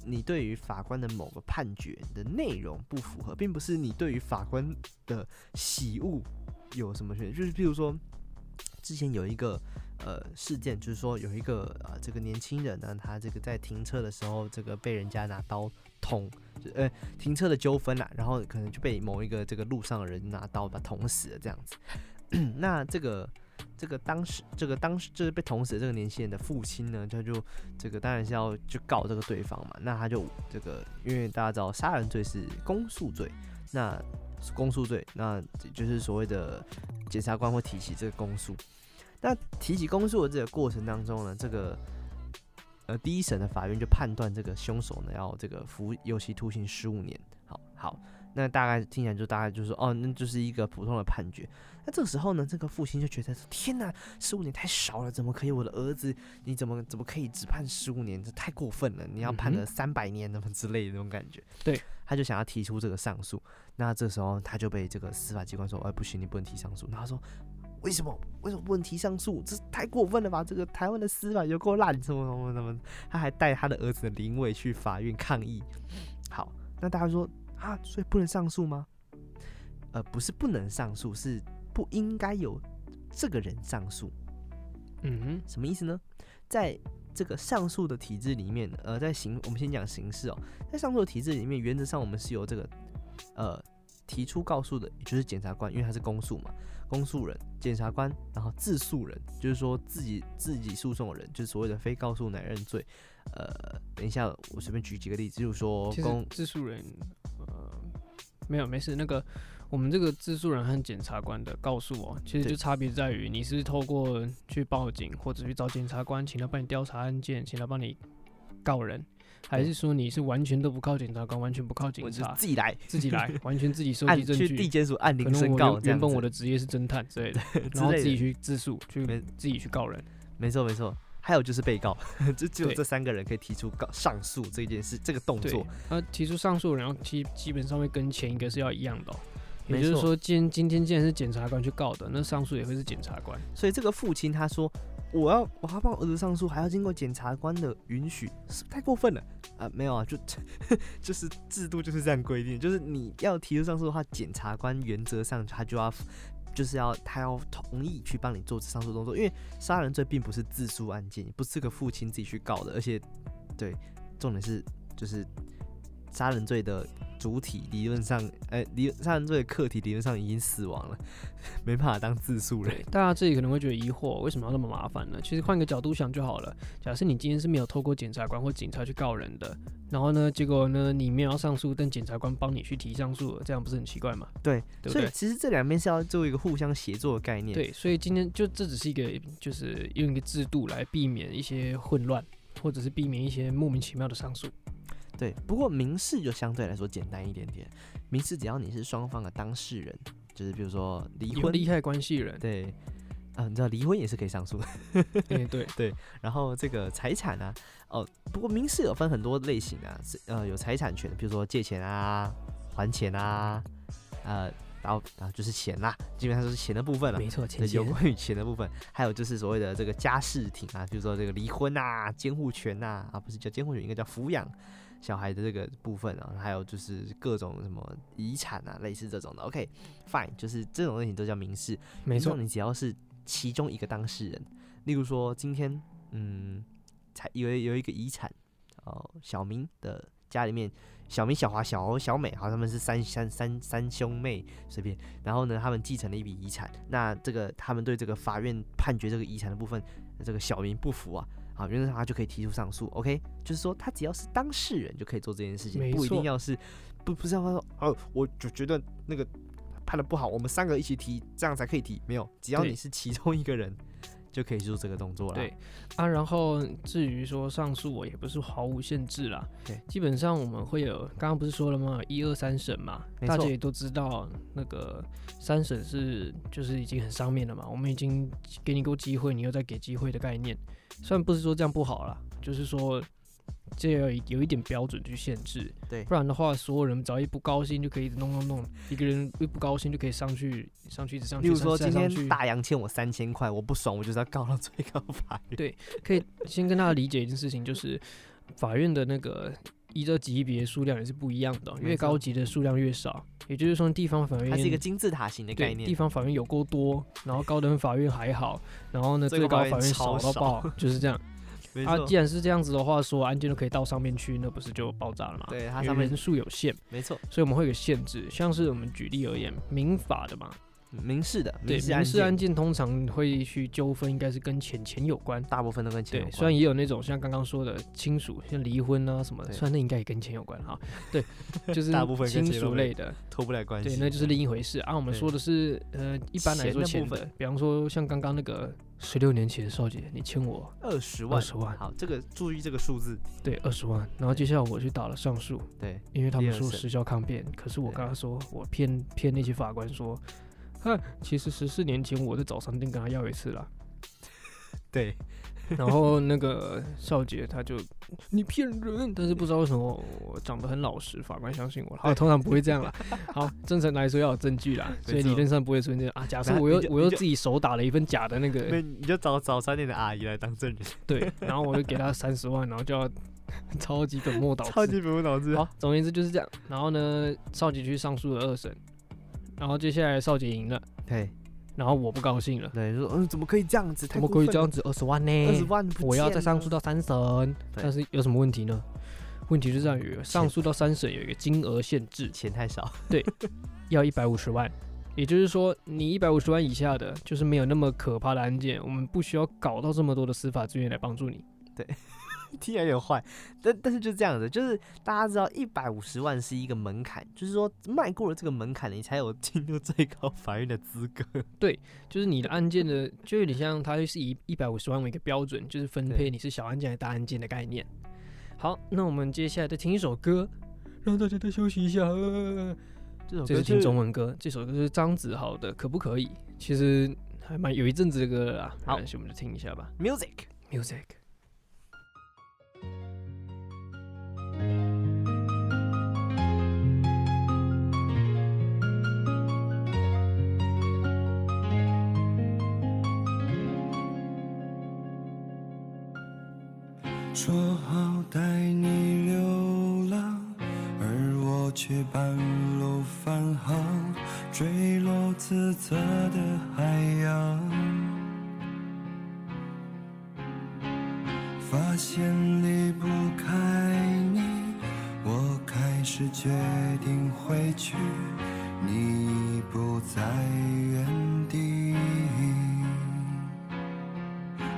Speaker 2: 你对于法官的某个判决的内容不符合，并不是你对于法官的喜恶有什么选，就是譬如说，之前有一个呃事件，就是说有一个呃这个年轻人呢，他这个在停车的时候，这个被人家拿刀捅，就呃停车的纠纷啦，然后可能就被某一个这个路上的人拿刀把他捅死了这样子。 那这个这个当时这个当时就是被捅死的这个年轻人的父亲呢，他就这个当然是要去告这个对方嘛。那他就这个，因为大家知道杀人罪是公诉罪，那是公诉罪，那就是所谓的检察官会提起这个公诉。那提起公诉的这个过程当中呢，这个呃第一审的法院就判断这个凶手呢要这个服有期徒刑十五年。好好，那大概听起来就大概就是哦，那就是一个普通的判决。那这个时候呢，这个父亲就觉得天哪，十五年太少了，怎么可以？我的儿子，你怎么怎么可以只判十五年？这太过分了！你要判
Speaker 1: 嗯
Speaker 2: 了三百年那么之类的那种感觉。
Speaker 1: 对，
Speaker 2: 他就想要提出这个上诉。那这时候他就被这个司法机关说，哎，不行，你不能提上诉。然后他说。为什么？为什么不能提上诉？这太过分了吧！这个台湾的司法有够烂，什么什么什么？他还带他的儿子的灵位去法院抗议。好，那大家说啊，所以不能上诉吗？呃，不是不能上诉，是不应该有这个人上诉。
Speaker 1: 嗯
Speaker 2: 什么意思呢？在这个上诉的体制里面，呃，在刑，我们先讲刑事哦，在上诉的体制里面，原则上我们是由这个呃提出告诉的，也就是检察官，因为他是公诉嘛，公诉人、检察官，然后自诉人，就是说自己自己诉讼的人，就是所谓的非告诉乃认罪。呃，等一下，我随便举几个例子，就是说
Speaker 1: 哼，其
Speaker 2: 公
Speaker 1: 实自诉人呃没有没事，那个我们这个自诉人和检察官的告诉哦，其实
Speaker 2: 嗯对
Speaker 1: 就差别在于你是透过去报警或者去找检察官，请他帮你调查案件，请他帮你告人，还
Speaker 2: 对
Speaker 1: 是说你是完全都不靠检察官，完全不靠
Speaker 2: 我
Speaker 1: 警
Speaker 2: 就
Speaker 1: 察，
Speaker 2: 自己来
Speaker 1: 自己 来，完全自己收集
Speaker 2: 按
Speaker 1: 证
Speaker 2: 去地
Speaker 1: 据？
Speaker 2: 检署按
Speaker 1: 可
Speaker 2: 铃
Speaker 1: 能
Speaker 2: 申
Speaker 1: 我
Speaker 2: 告
Speaker 1: 原
Speaker 2: 这样
Speaker 1: 原
Speaker 2: 子
Speaker 1: 本我的职业是侦探之类的，
Speaker 2: 之
Speaker 1: 然后
Speaker 2: 类
Speaker 1: 自己
Speaker 2: 的
Speaker 1: 去自诉，去
Speaker 2: 没
Speaker 1: 自己去告人。
Speaker 2: 没错没错，还有就是被告， 就只有
Speaker 1: 对
Speaker 2: 这三个人可以提出告上诉这件事，这个动
Speaker 1: 对
Speaker 2: 作。，
Speaker 1: 那提出上诉的人，然后基基本上会跟前一个是要一样的、哦，也
Speaker 2: 没
Speaker 1: 就是
Speaker 2: 错
Speaker 1: 说，今今天既然是检察官去告的，那上诉也会是检察官。
Speaker 2: 所以这个父亲他说，我要我要帮我儿子上诉，还要经过检察官的允许，是不是太过分了啊、没有啊，就 就是制度就是这样规定，就是你要提出上诉的话，检察官原则上他就要。就是要他要同意去帮你做上诉动作，因为杀人罪并不是自诉案件，不是个父亲自己去告的，而且，对，重点是就是杀人罪的主体理论上，呃，理杀人罪的客体理论上已经死亡了， 没办法当自诉人。
Speaker 1: 大家自己可能会觉得疑惑，为什么要那么麻烦呢？其实换个角度想就好了。假设你今天是没有透过检察官或警察去告人的，然后呢，结果呢，你没有要上诉，但检察官帮你去提上诉了，这样不是很奇怪吗？
Speaker 2: 对，
Speaker 1: 对不
Speaker 2: 所以
Speaker 1: 对？
Speaker 2: 其实这两边是要做一个互相协作的概念。，
Speaker 1: 对，所以今天就这只是一个，就是用一个制度来避免一些混乱，或者是避免一些莫名其妙的上诉。
Speaker 2: 对，不过民事就相对来说简单一点点。民事只要你是双方的当事人，就是比如说离
Speaker 1: 有
Speaker 2: 婚，
Speaker 1: 利害关系人，
Speaker 2: 对，啊、你知道离婚也是可以上诉的。
Speaker 1: 哎、对，
Speaker 2: 然后这个财产啊，哦，不过民事有分很多类型啊，是呃有财产权，比如说借钱啊、还钱啊，呃，然后然后就是钱啦，基本上就是钱的部分了。
Speaker 1: 没错，
Speaker 2: 对
Speaker 1: 钱
Speaker 2: 有 关于钱的部分，还有就是所谓的这个家事庭啊， 比如说这个离婚啊、监护权呐、啊，不是叫监护权，应该叫抚养小孩的这个部分啊，还有就是各种什么遗产啊，类似这种的。OK，fine，、就是这种类型都叫民事。
Speaker 1: 没
Speaker 2: 那
Speaker 1: 错，
Speaker 2: 你只要是其中一个当事人，例如说今天，嗯，才有有一个遗产，哦，小明的家里面，小明、小华、小欧、小美，好，他们是三三三三兄妹，随便。然后呢，他们继承了一笔遗产，那这个他们对这个法院判决这个遗产的部分，呃这个小明不服啊。好，原则上他就可以提出上诉，OK，就是说他只要是当事人就可以做这件事情，
Speaker 1: 没
Speaker 2: 不一定
Speaker 1: 错
Speaker 2: 要是不不是要他说哦，我就觉得那个判的不好，我们三个一起提，这样才可以提。没有，只要
Speaker 1: 对
Speaker 2: 你是其中一个人，就可以做这个动作了。
Speaker 1: 对啊。然后至于说上诉，我也不是毫无限制啦。
Speaker 2: 对，
Speaker 1: 基本上我们会有，刚刚不是说了吗？一二三审嘛，
Speaker 2: 没
Speaker 1: 大家
Speaker 2: 错
Speaker 1: 也都知道，那个三审是就是已经很上面了嘛。我们已经给你过机会，你又再给机会的概念。虽然不是说这样不好啦，就是说。这要有一点标准去限制，
Speaker 2: 对
Speaker 1: 不然的话，所有人只要一不高兴就可以一直弄弄弄，一个人一不高兴就可以上去上去一直上去，
Speaker 2: 例如
Speaker 1: 上
Speaker 2: 说，
Speaker 1: 再
Speaker 2: 今
Speaker 1: 上
Speaker 2: 天
Speaker 1: 去
Speaker 2: 大洋欠我三千块，我不爽，我就是要告到最高法院。
Speaker 1: 对可以先跟大家理解一件事情，就是法院的那个依照级别数量也是不一样的哦、
Speaker 2: 没错
Speaker 1: 越高级的数量越少。也就是说，地方法院
Speaker 2: 它是一个金字塔型的概
Speaker 1: 对地
Speaker 2: 念，
Speaker 1: 方法院有够多，然后高等法院还好，然后呢
Speaker 2: 最
Speaker 1: 最
Speaker 2: 高
Speaker 1: 高
Speaker 2: 法
Speaker 1: 法
Speaker 2: 院
Speaker 1: 院
Speaker 2: 超
Speaker 1: 少到
Speaker 2: 少
Speaker 1: 爆，就是这样。
Speaker 2: 没
Speaker 1: 啊，
Speaker 2: 错，
Speaker 1: 既然是这样子的话，所有案件都可以到上面去，那不是就爆炸了吗？
Speaker 2: 对它
Speaker 1: 因为
Speaker 2: 上面
Speaker 1: 人数有限，
Speaker 2: 没错，
Speaker 1: 所以我们会有个限制。像是我们举例而言，民法的嘛，
Speaker 2: 民事的，
Speaker 1: 对，
Speaker 2: 事
Speaker 1: 民事
Speaker 2: 件
Speaker 1: 案件通常会去纠纷，应该是跟钱钱有关。
Speaker 2: 大部分都跟钱有
Speaker 1: 对，
Speaker 2: 关。
Speaker 1: 虽然也有那种像刚刚说的亲属，像离婚啊什么的，
Speaker 2: 对
Speaker 1: 虽然那应该也跟钱有关 哈。对，就是
Speaker 2: 大部分跟
Speaker 1: 亲
Speaker 2: 钱都
Speaker 1: 属
Speaker 2: 没
Speaker 1: 类的，
Speaker 2: 脱不了关系，
Speaker 1: 对，那就是另一回事啊。我们
Speaker 2: 对
Speaker 1: 说的是，呃，一般来
Speaker 2: 钱
Speaker 1: 说
Speaker 2: 的
Speaker 1: 钱
Speaker 2: 部
Speaker 1: 的
Speaker 2: 分，
Speaker 1: 比方说像刚刚那个十六年前，少姐你欠我
Speaker 2: 二十
Speaker 1: 二
Speaker 2: 万。
Speaker 1: 十万，
Speaker 2: 好，这个注意这个数字，
Speaker 1: 对，二十万，然后接下来我去打了上诉，
Speaker 2: 对，
Speaker 1: 因为他们
Speaker 2: 第二
Speaker 1: 说
Speaker 2: 审
Speaker 1: 时效抗辩，可是我
Speaker 2: 对
Speaker 1: 跟他说，我骗骗那些法官说，哼，其实十四年前我在早餐店跟他要一次啦。
Speaker 2: 对，
Speaker 1: 然后那个少杰他就你骗人，但是不知道为什么我长得很老实，法官相信 我了。哦好，通常不会这样啦。好，正常来说要有证据啦，
Speaker 2: 没
Speaker 1: 所以
Speaker 2: 错
Speaker 1: 理论上不会出现这样啊。假设
Speaker 2: 那
Speaker 1: 我
Speaker 2: 你
Speaker 1: 又
Speaker 2: 就
Speaker 1: 我
Speaker 2: 你
Speaker 1: 又
Speaker 2: 就
Speaker 1: 自己手打了一份假的那
Speaker 2: 那
Speaker 1: 个，
Speaker 2: 你就找早餐店的阿姨来当证人，
Speaker 1: 对，然后我就给他三十万，然后就要 超级本末倒
Speaker 2: 超
Speaker 1: 置。
Speaker 2: 级不脑子。
Speaker 1: 好，总而言之就是这样。然后呢，少杰去上诉了二审，然后接下来少杰赢了，
Speaker 2: 对
Speaker 1: 然后我不高兴了，
Speaker 2: 对，说嗯，怎么可以这样子？
Speaker 1: 怎么可以这
Speaker 2: 样？
Speaker 1: 样子？二十万呢？
Speaker 2: 二十万不见了，
Speaker 1: 我要再上诉到三审，
Speaker 2: 对
Speaker 1: 但是有什么问题呢？问题就在于上诉到三审有一个金额限制，
Speaker 2: 钱太少，
Speaker 1: 要一百五十万，也就是说你一百五十万以下的，就是没有那么可怕的案件，我们不需要搞到这么多的司法资源来帮助你。
Speaker 2: 听起来有点坏，但但是就这样子，就是大家知道一百五十万是一个门槛，就是说迈过了这个门槛，你才有进入最高法院的资格。
Speaker 1: 就是你的案件的，就有点像它是以一百五十万为一个标准，就是分配
Speaker 2: 对
Speaker 1: 你是小案件还是大案件的概念。好，那我们接下来再听一首歌，让大家再休息一下。呃
Speaker 2: 这首
Speaker 1: 这
Speaker 2: 歌
Speaker 1: 是听
Speaker 2: 就
Speaker 1: 中文歌，这首歌是张子豪的《可不可以》，其实还蛮有一阵子的歌了啦。
Speaker 2: 好
Speaker 1: 那我们就听一下吧。
Speaker 2: music，
Speaker 1: Music。
Speaker 3: 说好带你流浪，而我却半路返航，坠落自责的海洋。发现离不开你，我开始决定回去，你已不在原地。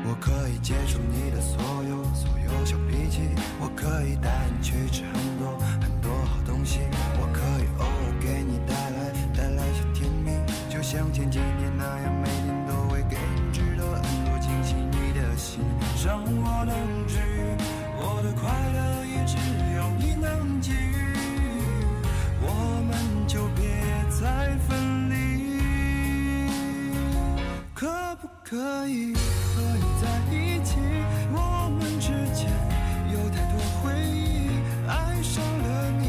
Speaker 3: 我可以接受你的所有所有小脾气，我可以带你去吃很多很多好东西，我可以偶尔给你带来带来小甜蜜，就像前几年那样，每天都会给你制造很多惊喜。你的心让我能治愈，我的快乐也只有你能给予，我们就别再分离。可不可以和你在一起？我们之间有太多回忆，爱上了你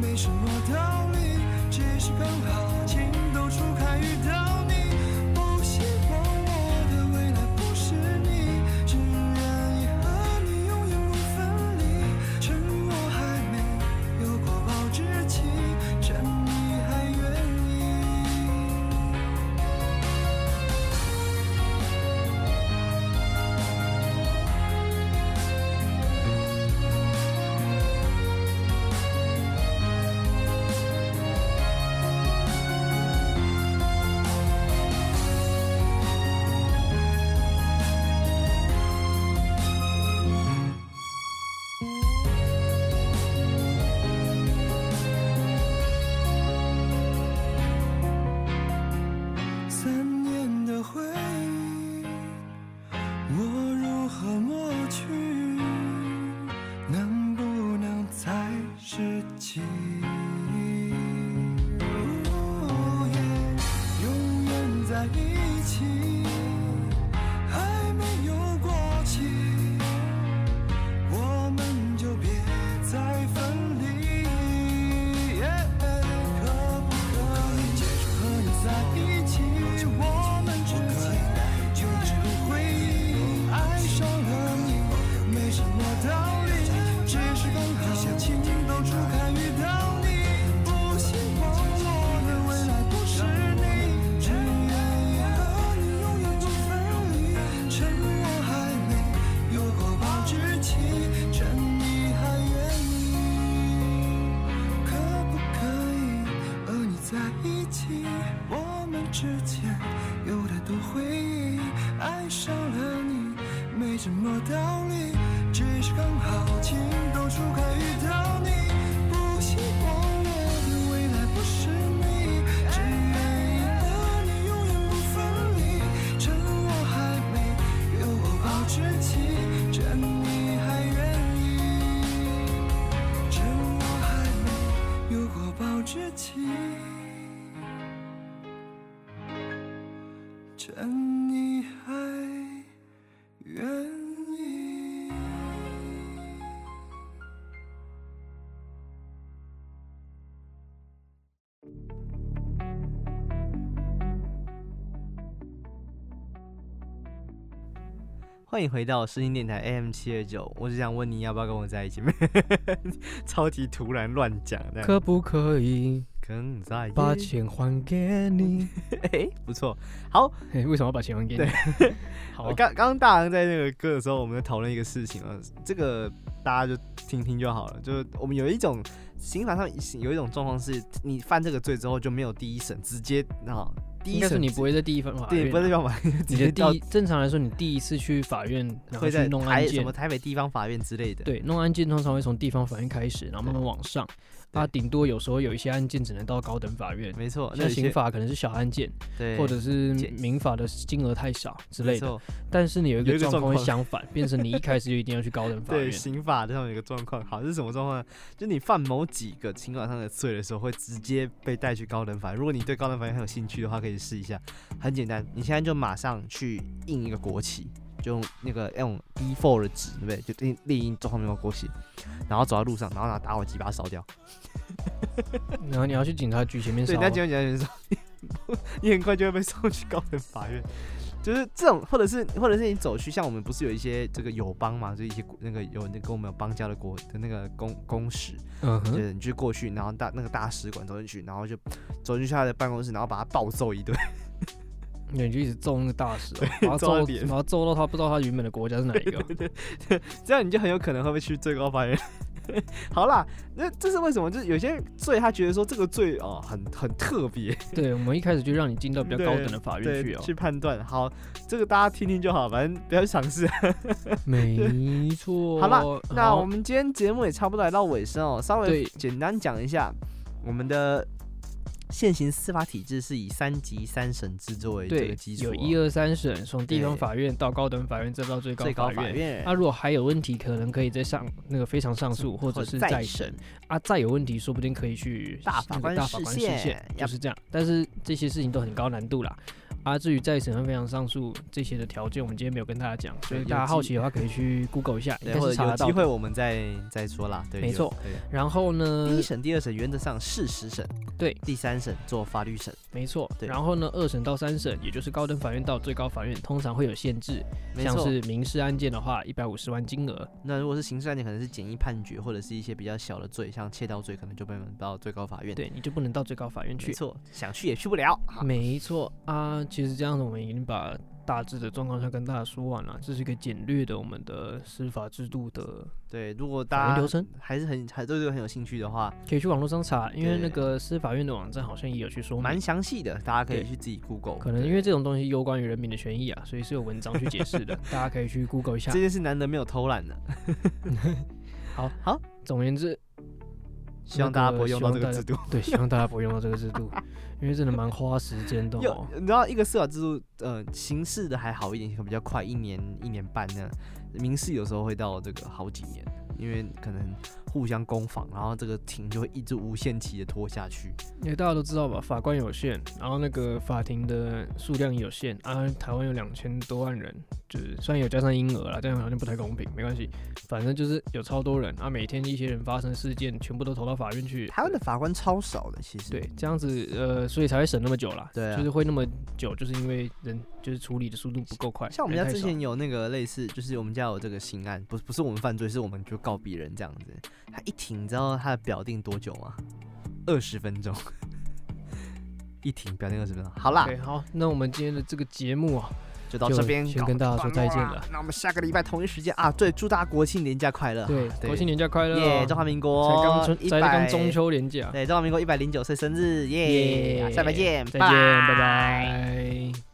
Speaker 3: 没什么道理，只是刚好情窦初开遇到你。不希望我的未来不是你，只愿意和你永远不分离。趁我还没有过保质期，趁你还愿意。哦之间有太多回忆，爱上了你没什么道理，只是刚好情窦初开遇到你，不希望我的未来不是你，只愿意和你永远不分离，趁我还没有偶包之期，趁你还愿意。趁我还没有过保质期，趁你还愿意。
Speaker 2: 欢迎回到世新电台 AM 七二九，我只想问你要不要跟我在一起？ 没有超级突然乱讲的，
Speaker 1: 可不可以
Speaker 2: 跟在一起？
Speaker 1: 把钱还 给你？
Speaker 2: 哎，不错。好，
Speaker 1: 嘿， 为什么要把钱还给你？ 好啊、
Speaker 2: 呃刚刚刚大郎在那个歌的时候，我们讨论一个事情啊，这个大家就听听就好了。就是我们有一种刑法上有一种状况是，你犯这个罪之后就没有第一审，直接啊，第
Speaker 1: 应
Speaker 2: 一
Speaker 1: 该是
Speaker 2: 审
Speaker 1: 你
Speaker 2: 直
Speaker 1: 不会在第一份法
Speaker 2: 对，
Speaker 1: 院
Speaker 2: 不是
Speaker 1: 啊
Speaker 2: 叫法院，直
Speaker 1: 你
Speaker 2: 接
Speaker 1: 的第
Speaker 2: 到
Speaker 1: 一，正常来说，你第一次去法院，然后
Speaker 2: 会在
Speaker 1: 去弄案
Speaker 2: 台什
Speaker 1: 件
Speaker 2: 么，台北地方法院之类的。
Speaker 1: 对，弄案件通常会从地方法院开始，然后慢慢
Speaker 2: 对
Speaker 1: 往上。啊，顶多有时候有一些案件只能到高等法院，
Speaker 2: 没错，哦那
Speaker 1: 像
Speaker 2: 有些
Speaker 1: 刑法可能是小案件，
Speaker 2: 对
Speaker 1: 或者是
Speaker 2: 简
Speaker 1: 民法的金额太少之
Speaker 2: 没
Speaker 1: 类的。
Speaker 2: 错，
Speaker 1: 但是你有一
Speaker 2: 有
Speaker 1: 个
Speaker 2: 一个
Speaker 1: 状
Speaker 2: 状
Speaker 1: 况会
Speaker 2: 况
Speaker 1: 相反，变成你一开始就一定要去高等法
Speaker 2: 对
Speaker 1: 院。
Speaker 2: 刑法上有一个状况，好是什么状况呢？就你犯某几个情感上的罪的时候，会直接被带去高等法院。如果你对高等法院很有兴趣的话，可以试一下，很简单，你现在就马上去印一个国旗，就用那个用 B4 的纸，对不对？就印立印中华民国国旗，然后走在路上，然后拿打火机把它烧掉。
Speaker 1: 然后你要去警察局前面
Speaker 2: 对，
Speaker 1: 烧
Speaker 2: 那
Speaker 1: 啊，
Speaker 2: 警察局说，你很快就会被送去高等法院。就是这种，或者是或者是你走去，像我们不是有一些这个友邦嘛，就一些国那个有那跟我们有邦交的国的那个公公使，
Speaker 1: 嗯
Speaker 2: 就
Speaker 1: 哼，
Speaker 2: 是你去过去，然后大那个大使馆走进去，然后就走进去他的办公室，然后把他暴揍一顿。
Speaker 1: 你就一直揍那个大使啊， 然后
Speaker 2: 揍他
Speaker 1: 揍，
Speaker 2: 脸
Speaker 1: 然后揍到他不知道他原本的国家是哪一个啊。
Speaker 2: 这样你就很有可能会被去最高法院。好啦，那这是为什么？就是有些罪，他觉得说这个罪哦，很很特别，
Speaker 1: 对，我们一开始就让你进到比较高
Speaker 2: 对
Speaker 1: 等的法院
Speaker 2: 对
Speaker 1: 去，哦。
Speaker 2: 去判断。好，这个大家听听就好，反正不要去尝 试。
Speaker 1: 没错。
Speaker 2: 好了，那
Speaker 1: 好
Speaker 2: 我们今天节目也差不多来到尾声哦，稍微
Speaker 1: 对
Speaker 2: 简单讲一下我们的。现行司法体制是以三级三审制作为这
Speaker 1: 对
Speaker 2: 个基，础哦、
Speaker 1: 有一二三审，从地
Speaker 2: 对
Speaker 1: 方法院到高等法院，再到最高
Speaker 2: 最高
Speaker 1: 法
Speaker 2: 法
Speaker 1: 院。
Speaker 2: 院
Speaker 1: 那、如果还有问题，可能可以再上那个非常上诉，或者是再审。啊，再有问题，说不定可以去
Speaker 2: 大法
Speaker 1: 那个
Speaker 2: 官
Speaker 1: 大
Speaker 2: 视
Speaker 1: 法官视
Speaker 2: 线
Speaker 1: 线，
Speaker 2: 要
Speaker 1: 就是这样。但是这些事情都很高难度啦。啊，至于再审和非常上诉这些的条件，我们今天没有跟大家讲，所以
Speaker 2: 对
Speaker 1: 大
Speaker 2: 有
Speaker 1: 家好
Speaker 2: 机
Speaker 1: 奇的话可以去 Google 一下，应
Speaker 2: 对，
Speaker 1: 该
Speaker 2: 或
Speaker 1: 是
Speaker 2: 者
Speaker 1: 查
Speaker 2: 有
Speaker 1: 得到
Speaker 2: 机会
Speaker 1: 的。
Speaker 2: 我们再再说啦。对，
Speaker 1: 没
Speaker 2: 有
Speaker 1: 错。
Speaker 2: 对
Speaker 1: 然后呢
Speaker 2: 第一，审、第二审原则上事实审，
Speaker 1: 对
Speaker 2: 第三审做法律审，
Speaker 1: 没错，
Speaker 2: 对
Speaker 1: 然后呢，二审到三审，也就是高等法院到最高法院，通常会有限制，
Speaker 2: 没
Speaker 1: 像
Speaker 2: 错。
Speaker 1: 是民事案件的话，一百五十万金额，
Speaker 2: 那如果是刑事案件，可能是简易判决或者是一些比较小的罪，像窃盗罪，可能就被们到最高法院。，
Speaker 1: 对，你就不能到最高法院
Speaker 2: 没
Speaker 1: 去。嗯
Speaker 2: 错，想去也去不了。好
Speaker 1: 没错啊，其实这样子我们已经把大致的状况上跟大家说完了，这是一个简略的我们的司法制度的，
Speaker 2: 对，如果
Speaker 1: 法
Speaker 2: 大
Speaker 1: 律流
Speaker 2: 家
Speaker 1: 程
Speaker 2: 还是很还对这个很有兴趣的话，
Speaker 1: 可以去网络上查，因为
Speaker 2: 对
Speaker 1: 那个司法院的网站好像也有去说
Speaker 2: 蛮
Speaker 1: 明。
Speaker 2: 详细的，大家可以
Speaker 1: 对
Speaker 2: 去自己 Google。
Speaker 1: 可能
Speaker 2: 对
Speaker 1: 因为这种东西攸关于人民的权益啊，所以是有文章去解释 的，大家可以去 Google 一下
Speaker 2: 这。件事难得没有偷懒的，
Speaker 1: 总而言之，
Speaker 2: 希望大家不会用到这
Speaker 1: 希
Speaker 2: 个
Speaker 1: 望大家
Speaker 2: 制度。
Speaker 1: 对，希望大家不会用到这个制度，因为真的蛮花时间的、
Speaker 2: 有
Speaker 1: 哦。，
Speaker 2: 你知道一个司法制度，呃，刑事的还好一点，可能比较快，一年一年半那样。民事有时候会到这个好几年，因为可能互相攻防，然后这个庭就会一直无限期的拖下去。
Speaker 1: 因为大家都知道吧，法官有限，然后那个法庭的数量也有限啊。台湾有两千多万人，就是虽然有加上婴儿啦，这样好像不太公平，没关系，反正就是有超多人啊。每天一些人发生事件，全部都投到法院去。
Speaker 2: 台湾的法官超少的，其实
Speaker 1: 对，这样子呃，所以才会审那么久啦。
Speaker 2: 对啊
Speaker 1: 就是会那么久，就是因为人就是处理的速度不够快。
Speaker 2: 像我们
Speaker 1: 人
Speaker 2: 家
Speaker 1: 太
Speaker 2: 之
Speaker 1: 少
Speaker 2: 前有那个类似，就是我们家有这个刑案，不是不是我们犯罪，是我们就告别人这样子。他一庭，你知道他的表定多久吗？二十分钟。 一庭表定二十分钟。好啦
Speaker 1: OK，好，那我们今天的这个节目啊，
Speaker 2: 就到
Speaker 1: 就
Speaker 2: 这边
Speaker 1: 先
Speaker 2: 告
Speaker 1: 跟
Speaker 2: 一
Speaker 1: 大家
Speaker 2: 段
Speaker 1: 说再
Speaker 2: 落
Speaker 1: 见
Speaker 2: 啦
Speaker 1: 了。
Speaker 2: 那我们下个礼拜同一时间啊，对，祝大家国庆年假快乐。
Speaker 1: 对，
Speaker 2: 啊对
Speaker 1: 国庆年假快乐
Speaker 2: 耶！哦
Speaker 1: 哦！
Speaker 2: 中华民
Speaker 1: 才
Speaker 2: 国
Speaker 1: 刚春，才
Speaker 2: 100
Speaker 1: 刚中，秋连假，
Speaker 2: 对，中华民国一百零九岁生日，耶！
Speaker 1: 耶！
Speaker 2: 啊下礼拜见，
Speaker 1: 再见，拜。拜。